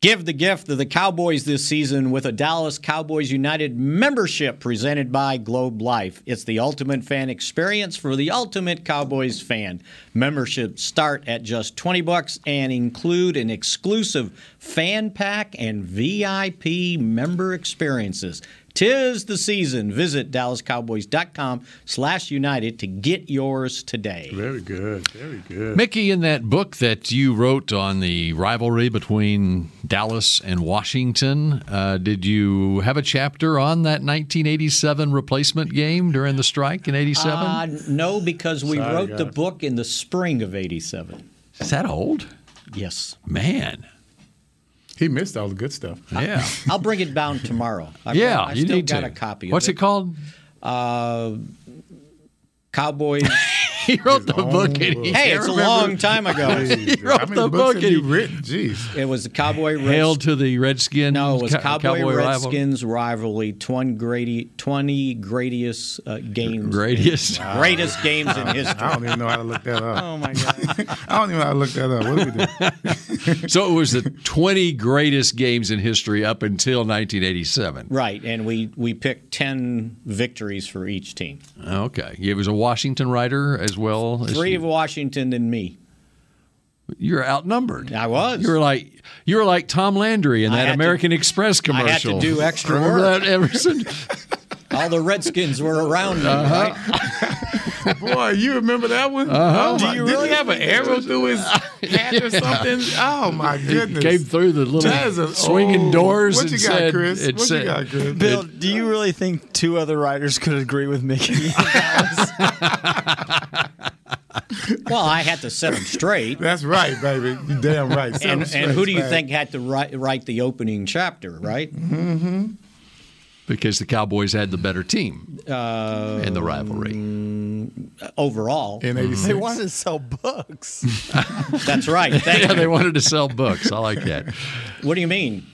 Speaker 3: Give the gift of the Cowboys this season with a Dallas Cowboys United membership presented by Globe Life. It's the ultimate fan experience for the ultimate Cowboys fan. Memberships start at just 20 bucks and include an exclusive fan pack and VIP member experiences. Tis the season. Visit DallasCowboys.com slash United to get yours today.
Speaker 2: Very good. Very good.
Speaker 11: Mickey, in that book that you wrote on the rivalry between Dallas and Washington, uh, did you have a chapter on that 1987 replacement game during the strike in 87?
Speaker 3: Uh, no, because we Sorry, wrote the book in the spring of 87.
Speaker 11: Is that old?
Speaker 3: Yes.
Speaker 11: Man.
Speaker 2: He missed all the good stuff.
Speaker 11: Yeah,
Speaker 3: I'll bring it down tomorrow. I've
Speaker 11: yeah,
Speaker 3: got, I
Speaker 11: you
Speaker 3: still
Speaker 11: need
Speaker 3: got
Speaker 11: to.
Speaker 3: a copy.
Speaker 11: What's
Speaker 3: of
Speaker 11: it,
Speaker 3: it
Speaker 11: called?
Speaker 3: Uh, Cowboys.
Speaker 11: He wrote the
Speaker 6: Oh
Speaker 11: book. And he can't
Speaker 3: hey, it's a
Speaker 11: remember-
Speaker 3: long time ago.
Speaker 11: He wrote
Speaker 2: How many
Speaker 11: the
Speaker 2: books
Speaker 11: book.
Speaker 2: have
Speaker 11: and
Speaker 2: you
Speaker 11: he-
Speaker 2: written? Jeez.
Speaker 3: It was the Cowboy Reds-
Speaker 11: Hail to the Redskin.
Speaker 3: No, it was
Speaker 11: Cow-
Speaker 3: Cowboy,
Speaker 11: rival.
Speaker 3: Redskins rivalry. Twenty Grady, twenty greatest uh, games,
Speaker 11: Greatest.
Speaker 3: greatest games in
Speaker 2: I
Speaker 3: history.
Speaker 2: don't even know how to look that up.
Speaker 6: Oh my god.
Speaker 2: I don't even know how to look that up. What do we do?
Speaker 11: So it was the 20 greatest games in history up until 1987.
Speaker 3: Right, and we we picked ten victories for each team.
Speaker 11: Okay. It was a Washington writer as well. as
Speaker 3: Three
Speaker 11: you.
Speaker 3: of Washington and me.
Speaker 11: You're outnumbered.
Speaker 3: I was.
Speaker 11: You were like you were like Tom Landry in
Speaker 3: I
Speaker 11: that
Speaker 3: had to-
Speaker 11: American Express
Speaker 3: I had
Speaker 11: commercial.
Speaker 3: to do extra
Speaker 11: Remember
Speaker 3: work.
Speaker 11: that, Everson?
Speaker 3: All the Redskins were around me.
Speaker 11: Uh-huh.
Speaker 3: Right?
Speaker 2: Boy, you remember that one? Oh my, Do you really have an arrow through his hat or something? Oh my goodness!
Speaker 11: Came through the little
Speaker 2: That is a-
Speaker 11: swinging
Speaker 2: oh,
Speaker 11: doors
Speaker 2: What
Speaker 11: and
Speaker 2: you
Speaker 11: said,
Speaker 2: got, Chris?
Speaker 11: it
Speaker 2: What
Speaker 11: said-
Speaker 2: you got, Chris?
Speaker 6: Bill, do you really think two other writers could agree with Mickey?
Speaker 3: Well, I had to set them straight.
Speaker 2: That's right, baby. You damn right.
Speaker 3: and,
Speaker 2: Sounds
Speaker 3: and who do you
Speaker 2: right.
Speaker 3: think had to write, write the opening chapter, right?
Speaker 11: Mm-hmm. because the Cowboys had the better team
Speaker 3: Uh,
Speaker 11: in the
Speaker 3: mm.
Speaker 11: rivalry.
Speaker 3: Overall.
Speaker 11: Mm-hmm.
Speaker 2: In '86,
Speaker 6: they wanted to sell books.
Speaker 3: That's right. Thank
Speaker 11: Yeah,
Speaker 3: you.
Speaker 11: they wanted to sell books. I like that.
Speaker 3: What do you mean?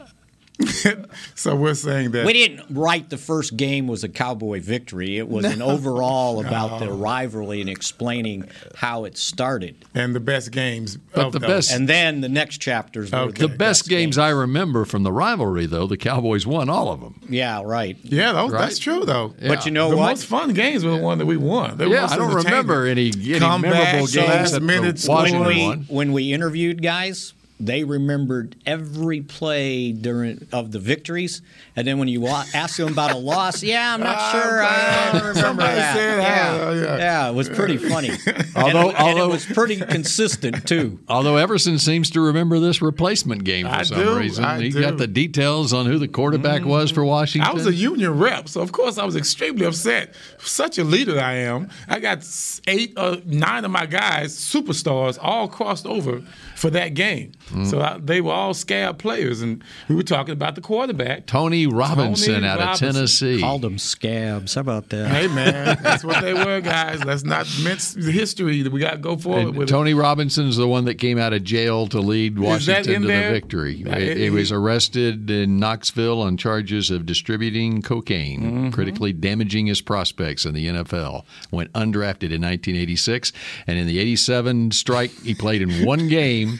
Speaker 2: so we're saying that
Speaker 3: We didn't write the first game was a Cowboy victory. It was an overall about the rivalry and explaining how it started.
Speaker 2: and the best games.
Speaker 11: But
Speaker 2: of
Speaker 11: the
Speaker 2: those.
Speaker 11: best
Speaker 3: And then the next chapters were
Speaker 2: Okay.
Speaker 11: The
Speaker 3: the
Speaker 11: best games I remember from the rivalry, though, the Cowboys won all of them.
Speaker 3: Yeah, right.
Speaker 2: Yeah, those,
Speaker 11: Right.
Speaker 2: that's true though.
Speaker 3: But you know
Speaker 2: the
Speaker 3: what?
Speaker 2: most fun games were the one that we won. They were
Speaker 11: Yeah,
Speaker 2: most
Speaker 11: I don't remember
Speaker 2: entertaining.
Speaker 11: any, any
Speaker 2: Comeback,
Speaker 11: memorable games.
Speaker 2: last
Speaker 11: that the
Speaker 2: minute
Speaker 11: Washington
Speaker 3: when we
Speaker 11: won.
Speaker 3: when we interviewed guys, they remembered every play during of the victories, and then when you wa- ask them about a loss, yeah, I'm not sure. I don't remember that. yeah. yeah, it was pretty funny.
Speaker 11: Although-
Speaker 3: and it, and it was pretty consistent too.
Speaker 11: Although Everson seems to remember this replacement game for
Speaker 3: I
Speaker 11: some
Speaker 3: do,
Speaker 11: reason,
Speaker 3: I
Speaker 11: he
Speaker 3: do.
Speaker 11: got the details on who the quarterback was for Washington.
Speaker 2: Mm-hmm. I was a union rep, so of course I was extremely upset. Such a leader I am. I got s- eight or nine of my guys, superstars, all crossed over for that game.
Speaker 11: Mm.
Speaker 2: So I, they were all scab players, and we were talking about the quarterback.
Speaker 11: Tony Robinson
Speaker 2: Tony
Speaker 11: out
Speaker 2: Robinson.
Speaker 11: of Tennessee.
Speaker 3: Called them scabs. How about that?
Speaker 2: Hey man, that's what they were, guys. Let's not mince the history. We got to go forward
Speaker 11: And
Speaker 2: with it.
Speaker 11: Tony Robinson's the one that came out of jail to lead Washington
Speaker 2: in
Speaker 11: to
Speaker 2: there?
Speaker 11: the victory.
Speaker 2: Uh,
Speaker 11: He-
Speaker 2: it-
Speaker 11: he was arrested in Knoxville on charges of distributing cocaine,
Speaker 2: Mm-hmm.
Speaker 11: critically damaging his prospects in the NFL. Went undrafted in 1986, and in the 87 strike, he played in one game.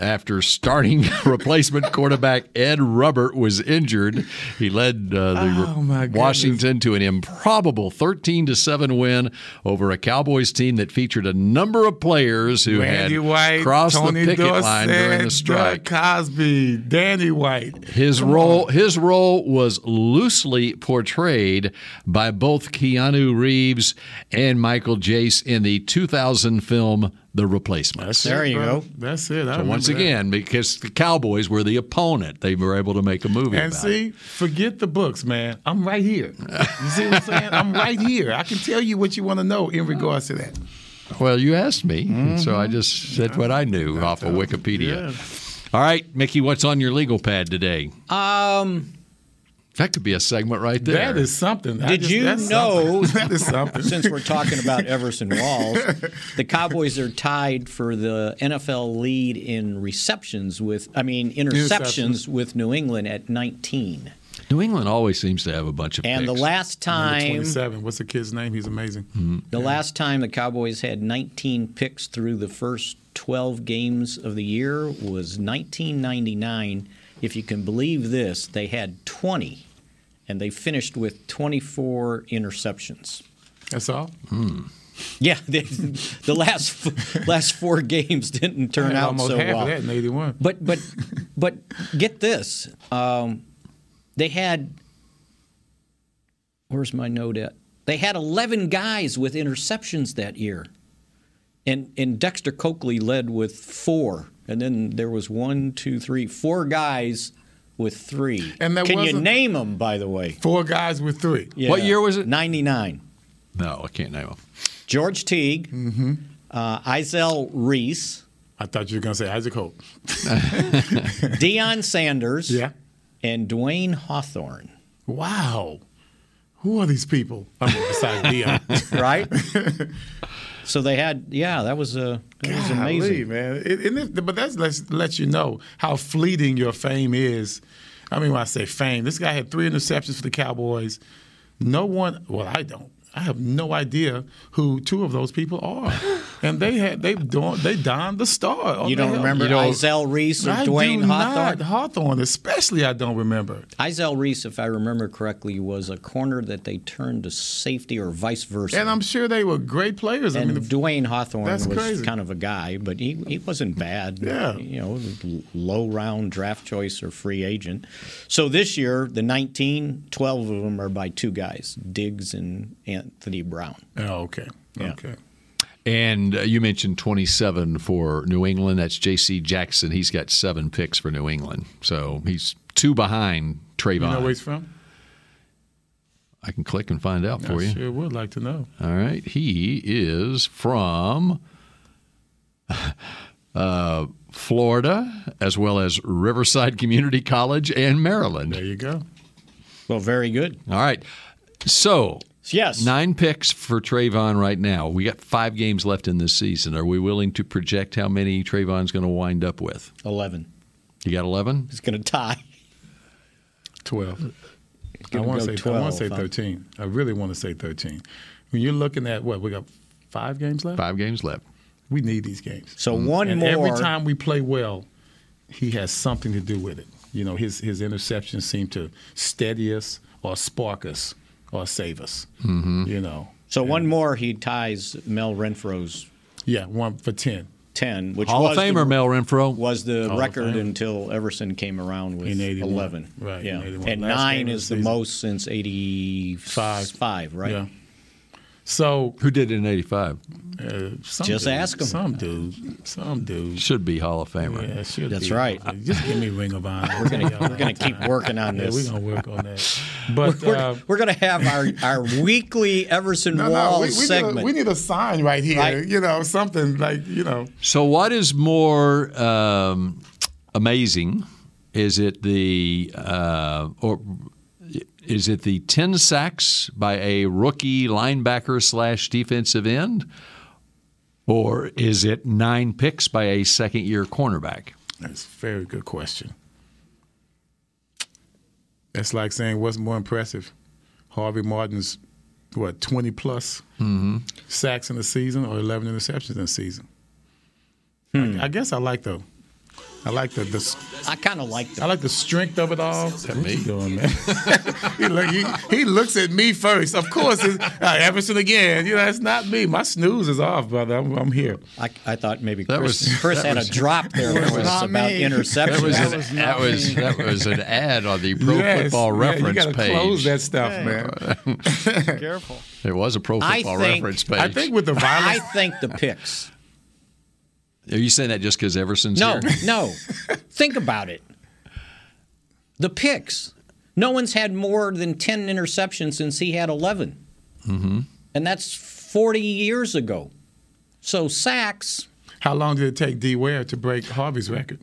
Speaker 11: After starting replacement quarterback Ed Rubbert was injured, he led uh, the
Speaker 2: Oh, my goodness.
Speaker 11: Washington to an improbable 13 to 7 win over a Cowboys team that featured a number of players who
Speaker 2: Randy
Speaker 11: had
Speaker 2: White,
Speaker 11: crossed
Speaker 2: Tony
Speaker 11: the picket
Speaker 2: Dorsett,
Speaker 11: line during the strike.
Speaker 2: Doug Cosby, Danny White.
Speaker 11: His role his role was loosely portrayed by both Keanu Reeves and Michael Jace in the 2000 film The Replacements.
Speaker 2: Bro, That's it. I
Speaker 11: So once
Speaker 2: remember that.
Speaker 11: again, because the Cowboys were the opponent, they were able to make a movie
Speaker 2: And
Speaker 11: about it.
Speaker 2: see, forget the books, man. I'm right here. You see what I'm saying? I'm right here. I can tell you what you want to know in regards to that.
Speaker 11: Well, you asked me, and so
Speaker 2: Mm-hmm.
Speaker 11: I just said what I knew off of Wikipedia. All right, Mickey, what's on your legal pad today?
Speaker 3: Um,
Speaker 11: That could be a segment right there.
Speaker 2: That is something. I
Speaker 3: Did
Speaker 2: just-
Speaker 3: you
Speaker 2: that's
Speaker 3: know?
Speaker 2: something. that is something.
Speaker 3: Since we're talking about Everson Walls, the Cowboys are tied for the NFL lead in receptions with, I mean,
Speaker 11: Interceptions.
Speaker 3: interceptions with New England at 19.
Speaker 11: New England always seems to have a bunch of
Speaker 3: And the
Speaker 11: picks.
Speaker 3: last
Speaker 2: Number
Speaker 3: time,
Speaker 2: 27. What's the kid's name? He's amazing.
Speaker 3: the last time the Cowboys had 19 picks through the first 12 games of the year was 1999. If you can believe this, they had 20, and they finished with 24 interceptions.
Speaker 2: That's all.
Speaker 3: Mm-hmm. Yeah, they, the last f- last four games didn't
Speaker 2: I
Speaker 3: turn
Speaker 2: had
Speaker 3: out
Speaker 2: almost
Speaker 3: so
Speaker 2: half
Speaker 3: well.
Speaker 2: of that in 81.
Speaker 3: But but but get this, um, they had. Where's my note at? They had 11 guys with interceptions that year, and and Dexter Coakley led with four, and then there was one, two, three, four guys with three.
Speaker 2: And that
Speaker 3: can you
Speaker 2: wasn't-
Speaker 3: name them by the way?
Speaker 2: Four guys with three.
Speaker 11: What year was
Speaker 3: it? 99.
Speaker 11: No, I can't name them.
Speaker 3: George Teague, uh, Isel Reese.
Speaker 2: I thought you were going to say Isaac Hope.
Speaker 3: Deion Sanders.
Speaker 2: Yeah.
Speaker 3: And Dwayne Hawthorne.
Speaker 2: Wow. Who are these people? I mean, besides Dion.
Speaker 3: right? so they had, yeah, that was a that was
Speaker 2: Golly,
Speaker 3: amazing.
Speaker 2: man. It, it, it- but that lets let you know how fleeting your fame is. I mean, when I say fame, this guy had three interceptions for the Cowboys. No one, well, I don't. I have no idea who two of those people are, and they had they don they donned the star. Oh,
Speaker 3: You don't
Speaker 2: the hell.
Speaker 3: remember You don't- Isaiah Reese or
Speaker 2: I
Speaker 3: Dwayne
Speaker 2: do
Speaker 3: Hawthorne?
Speaker 2: Not. Hawthorne, especially, I don't remember.
Speaker 3: Isel Reese, if I remember correctly, was a corner that they turned to safety or vice versa.
Speaker 2: And I'm sure they were great players. I
Speaker 3: And
Speaker 2: mean, the-
Speaker 3: Dwayne Hawthorne
Speaker 2: That's
Speaker 3: was
Speaker 2: crazy.
Speaker 3: kind of a guy, but he, he wasn't bad.
Speaker 2: Yeah.
Speaker 3: You know, l- low round draft choice or free agent. So this year, the 19, 12 of them are by two guys, Diggs and Anthony Brown.
Speaker 2: oh, okay,
Speaker 3: Yeah.
Speaker 2: okay.
Speaker 11: And uh, you mentioned 27 for New England. That's J.C. Jackson. He's got seven picks for New England. So he's two behind Trayvon.
Speaker 2: You know where he's from?
Speaker 11: I can click and find out for
Speaker 2: I
Speaker 11: you.
Speaker 2: sure would like to know.
Speaker 11: All right. He is from uh, Florida, as well as Riverside Community College and Maryland. There
Speaker 2: you go.
Speaker 3: Well, very good.
Speaker 11: All right. So.
Speaker 3: Yes.
Speaker 11: Nine picks for Trayvon right now. We got five games left in this season. Are we willing to project how many Trayvon's going to wind up with?
Speaker 3: 11.
Speaker 11: You got 11?
Speaker 3: It's going to tie.
Speaker 2: 12. I
Speaker 3: gonna
Speaker 2: want to
Speaker 3: go
Speaker 2: say I want
Speaker 3: 12,
Speaker 2: to say
Speaker 3: huh?
Speaker 2: 13. I really want to say 13. When you're looking at what we got five games left.
Speaker 11: Five games left.
Speaker 2: We need these games.
Speaker 3: So
Speaker 1: Mm-hmm.
Speaker 3: one
Speaker 2: and
Speaker 3: more.
Speaker 2: Every time we play well, he has something to do with it. You know, his his interceptions seem to steady us or spark us or save us.
Speaker 11: Mm-hmm.
Speaker 2: You know.
Speaker 3: So one more, he ties Mel Renfro's.
Speaker 2: Yeah, one for 10.
Speaker 3: ten, which
Speaker 1: Hall of
Speaker 3: was the-
Speaker 1: Famer Mel Renfro
Speaker 3: was the
Speaker 1: Hall of
Speaker 3: record
Speaker 1: Famer.
Speaker 3: until Everson came around with
Speaker 1: In 81.
Speaker 3: eleven.
Speaker 1: Right,
Speaker 3: Yeah,
Speaker 1: in 81.
Speaker 3: and
Speaker 1: Last
Speaker 3: nine
Speaker 1: game of
Speaker 3: is
Speaker 1: the
Speaker 3: the most since eighty five. Five, right?
Speaker 2: Yeah. So uh,
Speaker 1: who did it in '85?
Speaker 3: Just ask 'em.
Speaker 2: Some dude. Some dude.
Speaker 1: Should be Hall of Famer.
Speaker 2: Yeah, it should
Speaker 3: That's
Speaker 2: be.
Speaker 3: right.
Speaker 2: Just give me Ring of Honor.
Speaker 3: We're gonna-
Speaker 2: I'll tell y'all
Speaker 3: we're gonna
Speaker 2: all the
Speaker 3: keep
Speaker 2: time.
Speaker 3: working on this.
Speaker 2: Yeah, we're gonna work on that. But
Speaker 3: we're,
Speaker 2: uh,
Speaker 3: we're going to have our, our weekly Everson
Speaker 2: no,
Speaker 3: Walls
Speaker 2: no, we, we,
Speaker 3: segment.
Speaker 2: Need a, we need a sign right here.
Speaker 3: Right.
Speaker 2: You know, something like you know.
Speaker 1: So, what is more um, amazing? Is it the uh, or is it the ten sacks by a rookie linebacker slash defensive end, or is it nine picks by a second year cornerback?
Speaker 2: That's a very good question. That's like saying what's more impressive, Harvey Martin's what twenty plus
Speaker 1: Mm-hmm.
Speaker 2: sacks in the season or eleven interceptions in the season.
Speaker 3: Hmm.
Speaker 2: I, I guess I like the, I like the. the
Speaker 3: I kind of like the.
Speaker 2: I like the strength of it all. What you doing, man? he, look, he, he looks at me first. Of course, it's, uh, Everson again. You know, it's not me. My snooze is off, brother. I'm, I'm here.
Speaker 3: I, I thought maybe
Speaker 2: That
Speaker 3: Chris,
Speaker 2: was-
Speaker 3: Chris
Speaker 2: that
Speaker 3: had
Speaker 2: was-
Speaker 3: a drop there
Speaker 2: That
Speaker 3: with
Speaker 2: was
Speaker 3: us
Speaker 2: not
Speaker 3: about
Speaker 2: me.
Speaker 3: interceptions.
Speaker 1: That was an, that was that was an ad on the Pro
Speaker 2: Yes.
Speaker 1: Football
Speaker 2: Yeah, you
Speaker 1: Reference
Speaker 2: gotta
Speaker 1: page.
Speaker 2: close that stuff, man.
Speaker 6: Careful.
Speaker 1: There was a Pro Football Reference page.
Speaker 2: I think with the violence,
Speaker 3: I think the picks.
Speaker 1: Are you saying that just because Everson's
Speaker 3: No,
Speaker 1: here?
Speaker 3: no. Think about it. The picks. No one's had more than 10 interceptions since he had 11,
Speaker 1: Mm-hmm.
Speaker 3: and that's 40 years ago. So sacks.
Speaker 2: How long did it take D Ware to break Harvey's record?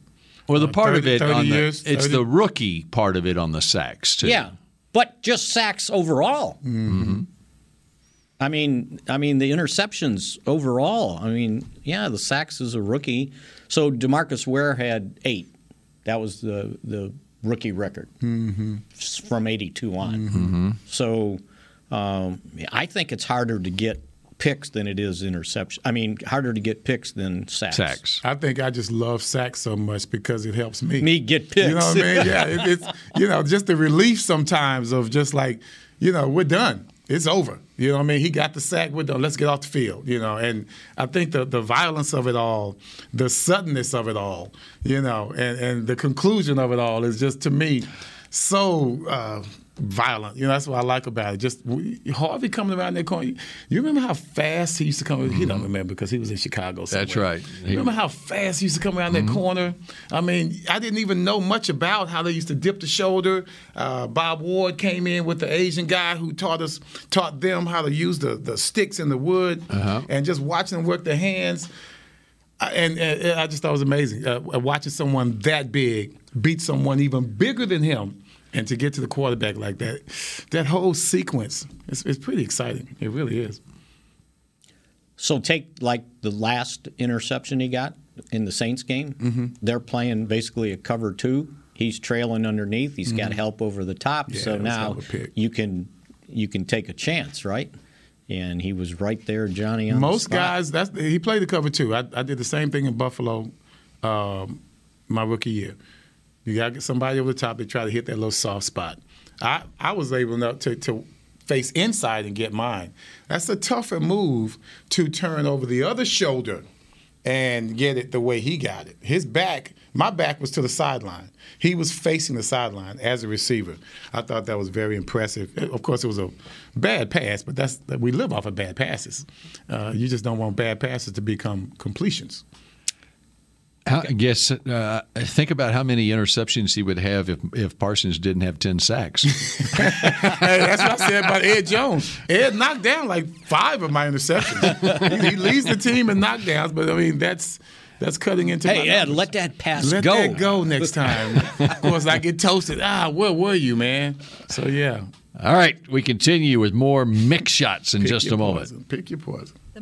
Speaker 1: Well, the
Speaker 2: Uh,
Speaker 1: part
Speaker 2: 30
Speaker 1: of it
Speaker 2: 30
Speaker 1: on the,
Speaker 2: years,
Speaker 1: it's
Speaker 2: 30
Speaker 1: the rookie part of it on the sacks too.
Speaker 3: Yeah, but just sacks overall.
Speaker 2: Mm-hmm.
Speaker 1: Mhm.
Speaker 3: I mean, I mean the interceptions overall. I mean, yeah, the sacks is a rookie. So Demarcus Ware had eight. That was the the rookie record
Speaker 2: Mm-hmm.
Speaker 3: s- from '82 on.
Speaker 1: Mhm.
Speaker 3: So um, I think it's harder to get picks than it is interception. I mean, harder to get picks than sacks.
Speaker 2: I think I just love sacks so much because it helps me.
Speaker 3: Me get
Speaker 2: You know
Speaker 3: picks.
Speaker 2: what I mean? Yeah, it, it's you know just the relief sometimes of just like you know we're done. It's over. You know what I mean? He got the sack. We're done. Let's get off the field. You know, and I think the the violence of it all, the suddenness of it all, you know, and and the conclusion of it all is just to me so. Uh, Violent, you know that's what I like about it. Just we- Harvey coming around that corner. You remember how fast he used to come? He don't remember because he was in Chicago. Somewhere.
Speaker 1: That's right. He- Mm-hmm.
Speaker 2: Remember how fast he used to come around that corner? I mean, I didn't even know much about how they used to dip the shoulder. Uh, Bob Ward came in with the Asian guy who taught us taught them how to use the, the sticks and the wood,
Speaker 1: Uh-huh.
Speaker 2: and just watching them work their hands. I- And, and, and I just thought it was amazing uh, watching someone that big beat someone even bigger than him, and to get to the quarterback like that. That whole sequence it's, it's pretty exciting. It really is.
Speaker 3: So take like the last interception he got in the Saints game.
Speaker 2: Mm-hmm.
Speaker 3: They're playing basically a cover two. He's trailing underneath. He's got
Speaker 2: Mhm.
Speaker 3: help over the top.
Speaker 2: Yeah,
Speaker 3: so
Speaker 2: it was hell
Speaker 3: now
Speaker 2: of a pick.
Speaker 3: you can you can take a chance, right? And he was right there, Johnny. On
Speaker 2: Most
Speaker 3: the spot.
Speaker 2: guys, that's he played the cover too. I, I did the same thing in Buffalo, um, my rookie year. You got to get somebody over the top. They try to hit that little soft spot. I, I was able enough to, to face inside and get mine. That's a tougher move to turn over the other shoulder and get it the way he got it. His back, my back was to the sideline. He was facing the sideline as a receiver. I thought that was very impressive. Eh, Of course, it was a bad pass, but that's we live off of bad passes. Uh, you just don't want bad passes to become completions.
Speaker 1: How, I guess uh, think about how many interceptions he would have if, if Parsons didn't have ten sacks.
Speaker 2: hey, that's what I said about Ed Jones. Ed knocked down like five of my interceptions. he, he leads the team in knockdowns, but I mean that's that's cutting into.
Speaker 3: Hey,
Speaker 2: my
Speaker 3: Ed,
Speaker 2: numbers.
Speaker 3: let that pass
Speaker 2: let
Speaker 3: go.
Speaker 2: that go next time. of course, I get toasted. Ah, where were you, man? So yeah,
Speaker 1: All right, we continue with more mix shots in
Speaker 2: Pick
Speaker 1: just
Speaker 2: your
Speaker 1: a moment.
Speaker 2: poison. Pick your poison.
Speaker 12: The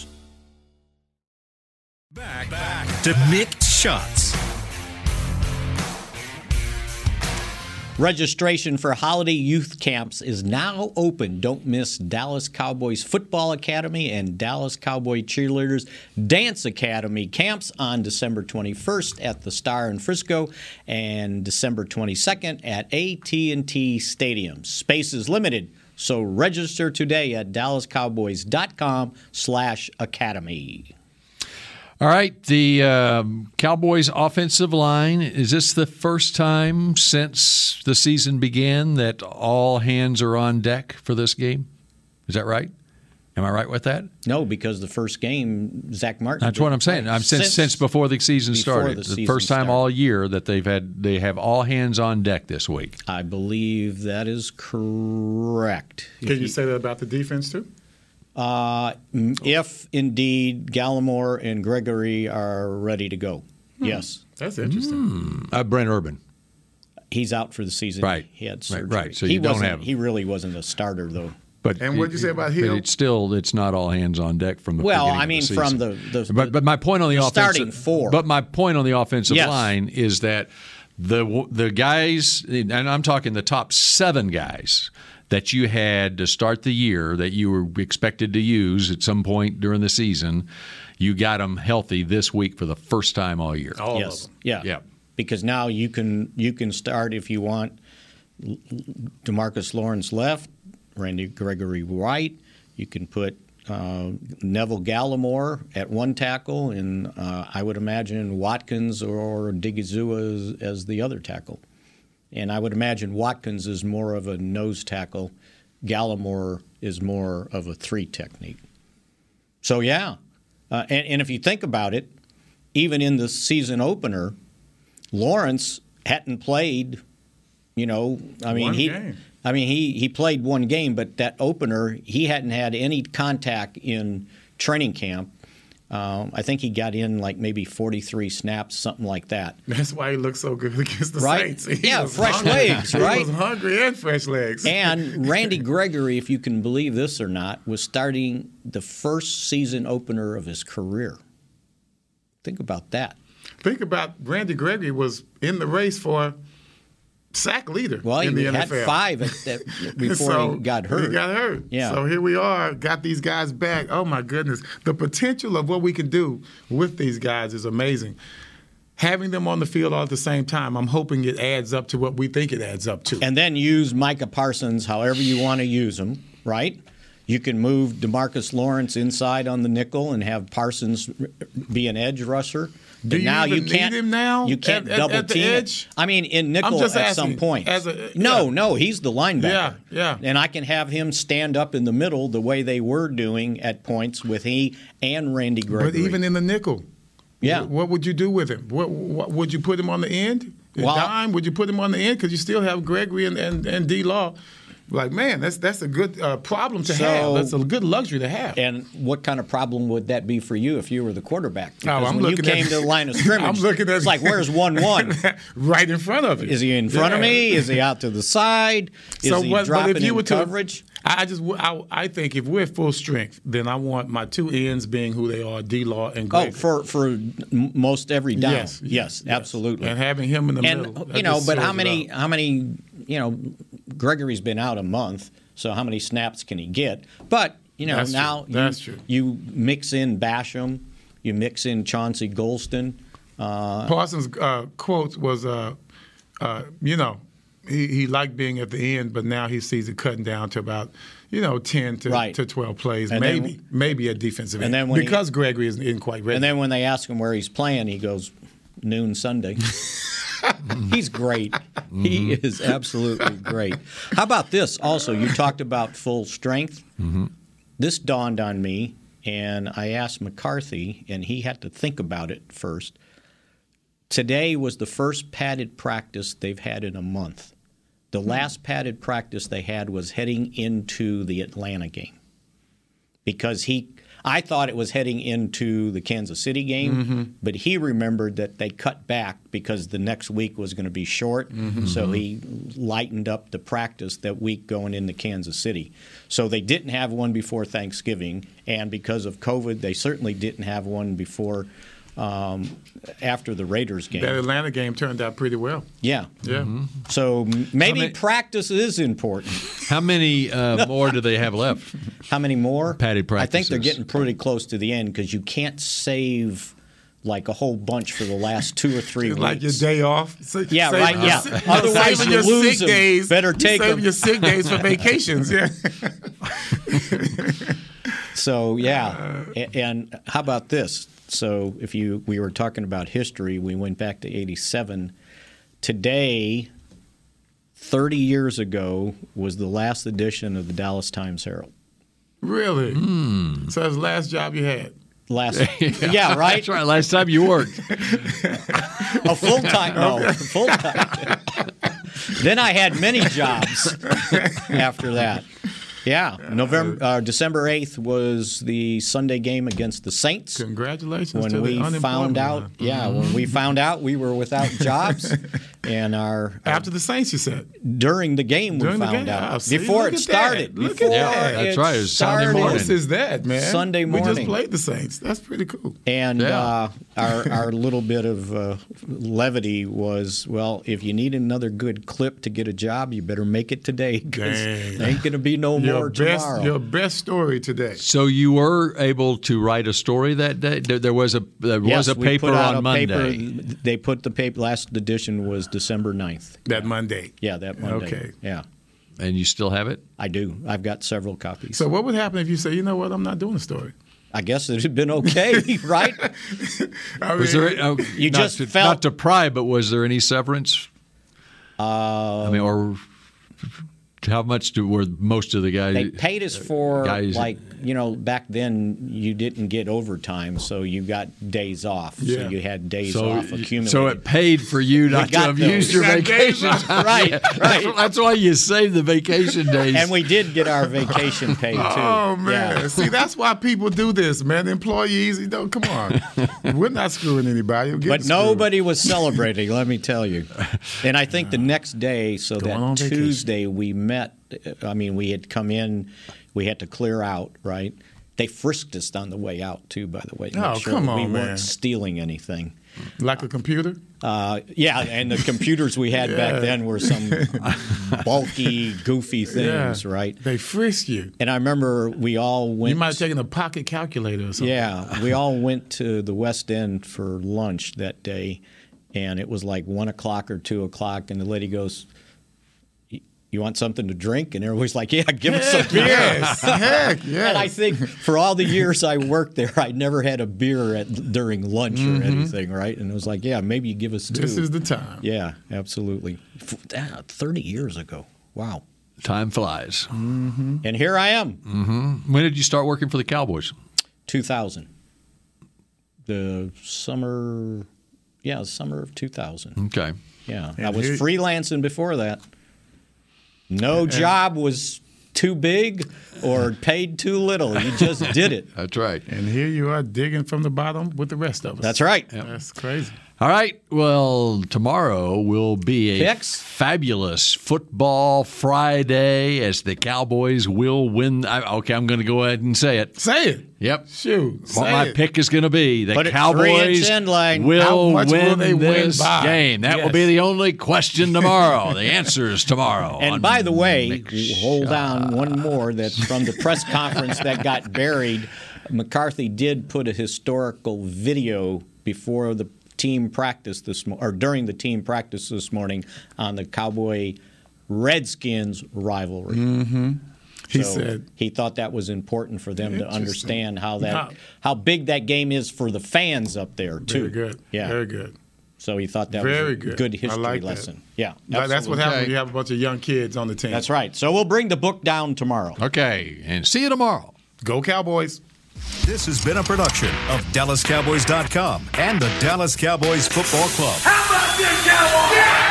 Speaker 9: To mixed shots.
Speaker 3: Registration for holiday youth camps is now open. Don't miss Dallas Cowboys Football Academy and Dallas Cowboy Cheerleaders Dance Academy camps on December 21st at the Star in Frisco and December 22nd at AT&T Stadium. Space is limited, so register today at dallascowboys.com/academy.
Speaker 11: All right, the um, Cowboys' offensive line. Is this the first time since the season began that all hands are on deck for this game? Is that right? Am I right with that?
Speaker 3: No, because the first game, Zach Martin.
Speaker 11: That's what I'm saying. I'm since since, before the season
Speaker 3: before
Speaker 11: started,
Speaker 3: the
Speaker 11: the,
Speaker 3: season
Speaker 11: first time
Speaker 3: started.
Speaker 11: all year that they've had they have all hands on deck this week.
Speaker 3: I believe that is correct.
Speaker 2: Can you say that about the defense too?
Speaker 3: Uh, m-
Speaker 11: Oh.
Speaker 3: if indeed Gallimore and Gregory are ready to go,
Speaker 2: Hmm.
Speaker 3: yes.
Speaker 2: That's interesting.
Speaker 11: Uh, Brent Urban.
Speaker 3: He's out for the season.
Speaker 11: Right.
Speaker 3: He had
Speaker 11: Right,
Speaker 3: surgery.
Speaker 11: right. So
Speaker 3: he
Speaker 11: you don't
Speaker 3: wasn't-
Speaker 11: have him.
Speaker 3: He really wasn't a starter though.
Speaker 11: But
Speaker 2: And what'd you say about
Speaker 11: but
Speaker 2: Hill?
Speaker 11: It's still it's not all hands on deck from the
Speaker 3: Well,
Speaker 11: beginning
Speaker 3: I
Speaker 11: of
Speaker 3: mean,
Speaker 11: the
Speaker 3: from
Speaker 11: season.
Speaker 3: the- the-
Speaker 11: but but my point on the
Speaker 3: the
Speaker 11: offensive
Speaker 3: starting four.
Speaker 11: But my point on the offensive
Speaker 3: Yes.
Speaker 11: line is that the the guys and I'm talking the top seven guys that you had to start the year that you were expected to use at some point during the season, you got them healthy this week for the first time all year.
Speaker 2: Oh.
Speaker 3: yes. Yeah.
Speaker 11: Yeah.
Speaker 3: Because now you can you can start if you want. L- L- Demarcus Lawrence left, Randy Gregory right. You can put uh, Neville Gallimore at one tackle, and uh, I would imagine Watkins or Digizua as, as the other tackle. And I would imagine Watkins is more of a nose tackle. Gallimore is more of a three technique. So yeah, uh, and, and if you think about it, even in the season opener, Lawrence hadn't played. You know, I mean
Speaker 2: One
Speaker 3: he,
Speaker 2: game.
Speaker 3: I mean he he played one game, but that opener he hadn't had any contact in training camp. Um, I think he got in like maybe 43 snaps, something like that.
Speaker 2: That's why he looked so good against the
Speaker 3: Right?
Speaker 2: Saints. He
Speaker 3: Yeah,
Speaker 2: was
Speaker 3: fresh
Speaker 2: hungry.
Speaker 3: legs, right?
Speaker 2: He was hungry and fresh legs.
Speaker 3: And Randy Gregory, if you can believe this or not, was starting the first season opener of his career. Think about that.
Speaker 2: Think about Randy Gregory was in the race for sack leader
Speaker 3: Well,
Speaker 2: in
Speaker 3: he
Speaker 2: the
Speaker 3: had
Speaker 2: NFL.
Speaker 3: five at that before
Speaker 2: So,
Speaker 3: he got hurt.
Speaker 2: He got hurt.
Speaker 3: Yeah.
Speaker 2: So here we are, got these guys back. Oh my goodness. The potential of what we can do with these guys is amazing. Having them on the field all at the same time, I'm hoping it adds up to what we think it adds up to.
Speaker 3: And then use Micah Parsons however you want to use him, right? You can move Demarcus Lawrence inside on the nickel and have Parsons be an edge rusher.
Speaker 2: Do
Speaker 3: But
Speaker 2: you
Speaker 3: now you
Speaker 2: even need
Speaker 3: can't
Speaker 2: him now?
Speaker 3: You can't
Speaker 2: At- at-
Speaker 3: double
Speaker 2: at the
Speaker 3: team. it.
Speaker 2: edge?
Speaker 3: I mean, in
Speaker 2: I'm
Speaker 3: nickel
Speaker 2: just
Speaker 3: at
Speaker 2: asking,
Speaker 3: some point.
Speaker 2: as a-
Speaker 3: no,
Speaker 2: yeah.
Speaker 3: no, he's the linebacker.
Speaker 2: Yeah, yeah.
Speaker 3: And I can have him stand up in the middle the way they were doing at points with he and Randy Gregory.
Speaker 2: But even in the nickel,
Speaker 3: Yeah.
Speaker 2: wh- what would you do with him? What, what would you put him on the end?
Speaker 3: Well-
Speaker 2: Dime? Would you put him on the end? Because you still have Gregory and, and, and D. Law Like, man, that's that's a good uh, problem to
Speaker 3: So-
Speaker 2: have. That's a good luxury to have.
Speaker 3: And what kind of problem would that be for you if you were the quarterback? Because
Speaker 2: Oh, I'm
Speaker 3: when you
Speaker 2: looking
Speaker 3: came
Speaker 2: at-
Speaker 3: to the line of scrimmage,
Speaker 2: I'm looking at-
Speaker 3: it's like, where's 1 1?
Speaker 2: right in front of you.
Speaker 3: Is he in front of
Speaker 2: Yeah.
Speaker 3: me? Is he out to the side? Is he dropping in coverage?
Speaker 2: To, I I just w- I, I think if we're full strength, then I want my two ends being who they are, D Law and
Speaker 3: Oh,
Speaker 2: Gray.
Speaker 3: for for m- most every down,
Speaker 2: Yes,
Speaker 3: yes, absolutely.
Speaker 2: And having him in the
Speaker 3: and,
Speaker 2: middle, that
Speaker 3: you know,
Speaker 2: just
Speaker 3: but
Speaker 2: serves
Speaker 3: how
Speaker 2: it
Speaker 3: many? How many? You know, Gregory's been out a month, so how many snaps can he get? But you know,
Speaker 2: That's true.
Speaker 3: now you-
Speaker 2: That's true.
Speaker 3: you mix in Basham, you mix in Chauncey Golston. Uh,
Speaker 2: Parsons' uh, quote was, uh, uh, you know, he, he liked being at the end, but now he sees it cutting down to about, you know, 10 to,
Speaker 3: Right.
Speaker 2: to 12 plays,
Speaker 3: And then-
Speaker 2: maybe, maybe a defensive
Speaker 3: and
Speaker 2: end.
Speaker 3: then when he-
Speaker 2: because Gregory isn't, isn't quite ready.
Speaker 3: And then when they ask him where he's playing, he goes noon Sunday. he's great. He is absolutely great. How about this? Also, you talked about full strength. This dawned on me, and I asked McCarthy, and he had to think about it first. Today was the first padded practice they've had in a month. The last padded practice they had was heading into the Atlanta game because he I thought it was heading into the Kansas City game,
Speaker 13: Mhm.
Speaker 3: but he remembered that they cut back because the next week was going to be short.
Speaker 13: Mhm.
Speaker 3: So he lightened up the practice that week going into Kansas City. So they didn't have one before Thanksgiving, and because of COVID, they certainly didn't have one before um, after the Raiders game.
Speaker 2: that Atlanta game turned out pretty well.
Speaker 3: yeah.
Speaker 2: Yeah.
Speaker 3: So m- maybe practice is important.
Speaker 1: How many uh, more do they have left?
Speaker 3: How many more?
Speaker 1: Padded
Speaker 3: I
Speaker 1: practices.
Speaker 3: think they're getting pretty close to the end because you can't save like a whole bunch for the last two or three
Speaker 2: It's
Speaker 3: weeks.
Speaker 2: like your day off. So
Speaker 3: Yeah,
Speaker 2: saving
Speaker 3: right,
Speaker 2: your
Speaker 3: yeah.
Speaker 2: si- no,
Speaker 3: Otherwise
Speaker 2: saving
Speaker 3: you
Speaker 2: your
Speaker 3: lose
Speaker 2: sick
Speaker 3: them.
Speaker 2: days.
Speaker 3: Better
Speaker 2: you
Speaker 3: take
Speaker 2: saving
Speaker 3: 'em.
Speaker 2: your sick days for vacations. Yeah.
Speaker 3: So
Speaker 2: Uh.
Speaker 3: yeah, A- and how about this? So if you we were talking about history, we went back to '87. Today, 30 years ago, was the last edition of the Dallas Times Herald.
Speaker 2: Really?
Speaker 3: Hmm.
Speaker 2: So that's the last job you had.
Speaker 3: Last, yeah, right.
Speaker 1: That's right. Last time you worked.
Speaker 3: A full time, Oh, no, full time. then I had many jobs after that. Yeah, November, uh, December eighth was the Sunday game against the Saints.
Speaker 2: Congratulations
Speaker 3: When
Speaker 2: to the
Speaker 3: we
Speaker 2: unemployment Uh-huh. Mm-hmm.
Speaker 3: found out,
Speaker 2: line.
Speaker 3: yeah, when we found out we were without jobs, and our
Speaker 2: after the Saints, you said
Speaker 3: during the game
Speaker 2: During
Speaker 3: we
Speaker 2: the
Speaker 3: found
Speaker 2: game.
Speaker 3: out
Speaker 2: Ah, see,
Speaker 3: before
Speaker 2: look
Speaker 3: it
Speaker 2: at that.
Speaker 3: started.
Speaker 2: Look at
Speaker 3: before
Speaker 2: that.
Speaker 1: That's right, it was Sunday
Speaker 3: started.
Speaker 1: morning.
Speaker 2: What is that, man?
Speaker 3: Sunday
Speaker 2: We just
Speaker 3: morning.
Speaker 2: played the Saints. That's pretty cool.
Speaker 3: And
Speaker 2: Yeah.
Speaker 3: uh, our, our little bit of uh, levity was, well, if you need another good clip to get a job, you better make it today because
Speaker 2: Dang.
Speaker 3: ain't going to be no
Speaker 2: your
Speaker 3: more
Speaker 2: best,
Speaker 3: tomorrow.
Speaker 2: Your best story today.
Speaker 1: So you were able to write a story that day. There, there was a there was
Speaker 3: Yes,
Speaker 1: a
Speaker 3: we
Speaker 1: paper
Speaker 3: put
Speaker 1: on
Speaker 3: out a
Speaker 1: Monday.
Speaker 3: Paper, they put the paper, last edition was December 9th.
Speaker 2: That Monday.
Speaker 3: Yeah, that Monday.
Speaker 2: Okay.
Speaker 3: Yeah.
Speaker 1: And you still have it?
Speaker 3: I do. I've got several copies.
Speaker 2: So what would happen if you say, you know what, I'm not doing a story?
Speaker 3: I guess it had been okay, right?
Speaker 2: I
Speaker 1: Was
Speaker 2: mean,
Speaker 1: there oh,
Speaker 3: You
Speaker 1: not
Speaker 3: just
Speaker 1: to,
Speaker 3: felt-
Speaker 1: not to pry, but was there any severance?
Speaker 3: Uh,
Speaker 1: I mean, or how much do, were most of the guys?
Speaker 3: They paid
Speaker 2: uh,
Speaker 3: us for
Speaker 1: guys-
Speaker 3: like you know back then you didn't get overtime, so you got days off.
Speaker 1: Yeah.
Speaker 3: So you had days
Speaker 1: So-
Speaker 3: off accumulated.
Speaker 1: So it paid for you not to
Speaker 3: got
Speaker 1: have
Speaker 3: those.
Speaker 1: used your
Speaker 3: We got days
Speaker 1: vacation.
Speaker 3: off.
Speaker 1: time.
Speaker 3: Right,
Speaker 1: Yeah.
Speaker 3: right.
Speaker 1: That's, that's why you saved the vacation days.
Speaker 3: and we did get our vacation paid too.
Speaker 2: Oh man!
Speaker 3: Yeah.
Speaker 2: See, that's why people do this, man. Employees, you know, come on, we're not screwing anybody. We're getting
Speaker 3: But
Speaker 2: screwed.
Speaker 3: nobody was celebrating, let me tell you. And I think the next day, so that Tuesday we met. uh, I mean, we had come in, we had to clear out, right? They frisked us on the way out too, by the way. to
Speaker 2: Oh,
Speaker 3: make sure
Speaker 2: come
Speaker 3: that we
Speaker 2: on, man.
Speaker 3: weren't stealing anything.
Speaker 2: like a computer.
Speaker 3: Uh, yeah, and the computers we had
Speaker 2: Yeah.
Speaker 3: back then were some bulky, goofy things,
Speaker 2: Yeah.
Speaker 3: right?
Speaker 2: They frisk you.
Speaker 3: And I remember we all went.
Speaker 2: You might have taken a pocket calculator or something.
Speaker 3: Yeah, we all went to the West End for lunch that day, and it was like one o'clock or two o'clock, and the lady goes. "Y- You want something to drink? And everybody's like, "Yeah, give us some beer."
Speaker 2: Yes, heck,
Speaker 3: And I think for all the years I worked there, I never had a beer at, during lunch or anything, right? And it was like, "Yeah, maybe you give us two."
Speaker 2: Mm-hmm. This is the time.
Speaker 3: Yeah, absolutely. F- ah, Thirty years ago. Wow.
Speaker 1: Time flies.
Speaker 3: Mm-hmm. And here I am.
Speaker 1: Mm-hmm. When did you start working for the Cowboys?
Speaker 3: 2000. The summer, yeah, summer of 2000.
Speaker 1: Okay.
Speaker 3: Yeah,
Speaker 1: And
Speaker 3: I was
Speaker 1: who-
Speaker 3: freelancing before that. No job was too big or paid too little. You just did it.
Speaker 11: That's right.
Speaker 2: And here you are digging from the bottom with the rest of us.
Speaker 3: That's right.
Speaker 2: That's crazy.
Speaker 11: All right. Well, tomorrow will be a fabulous football Friday as the Cowboys will win. I, okay, I'm going to go ahead and say it.
Speaker 2: Say it.
Speaker 11: Yep.
Speaker 2: Shoot.
Speaker 11: What my pick is going to be the
Speaker 2: Put it three
Speaker 11: Cowboys
Speaker 2: inch end line. How
Speaker 11: will
Speaker 2: much
Speaker 11: win
Speaker 2: will they win
Speaker 11: this
Speaker 2: by?
Speaker 11: game. That will
Speaker 3: Yes.
Speaker 11: be the only question tomorrow. the answer is tomorrow.
Speaker 3: And by the way, hold on one more that's from the press conference that got buried. McCarthy did put a historical video before the team practice this mo- or during the team practice this morning on the Cowboy Redskins rivalry.
Speaker 2: Mm-hmm. He
Speaker 3: So
Speaker 2: said-
Speaker 3: he thought that was important for them to
Speaker 2: Interesting.
Speaker 3: understand how
Speaker 2: Now-
Speaker 3: that how big that game is for the fans up there too.
Speaker 2: Very good.
Speaker 3: Yeah.
Speaker 2: Very good.
Speaker 3: So he thought that was
Speaker 2: Very
Speaker 3: a
Speaker 2: good.
Speaker 3: good,
Speaker 2: I
Speaker 3: history
Speaker 2: like that.
Speaker 3: lesson. Yeah.
Speaker 2: Like, that's what
Speaker 3: absolutely.
Speaker 2: happens when you have a bunch of young kids on the team.
Speaker 3: That's right. So we'll bring the book down tomorrow.
Speaker 11: Okay. And see you tomorrow.
Speaker 2: Go Cowboys.
Speaker 9: This has been a production of DallasCowboys.com and the Dallas Cowboys Football Club.
Speaker 12: How about this, Cowboys? Yeah!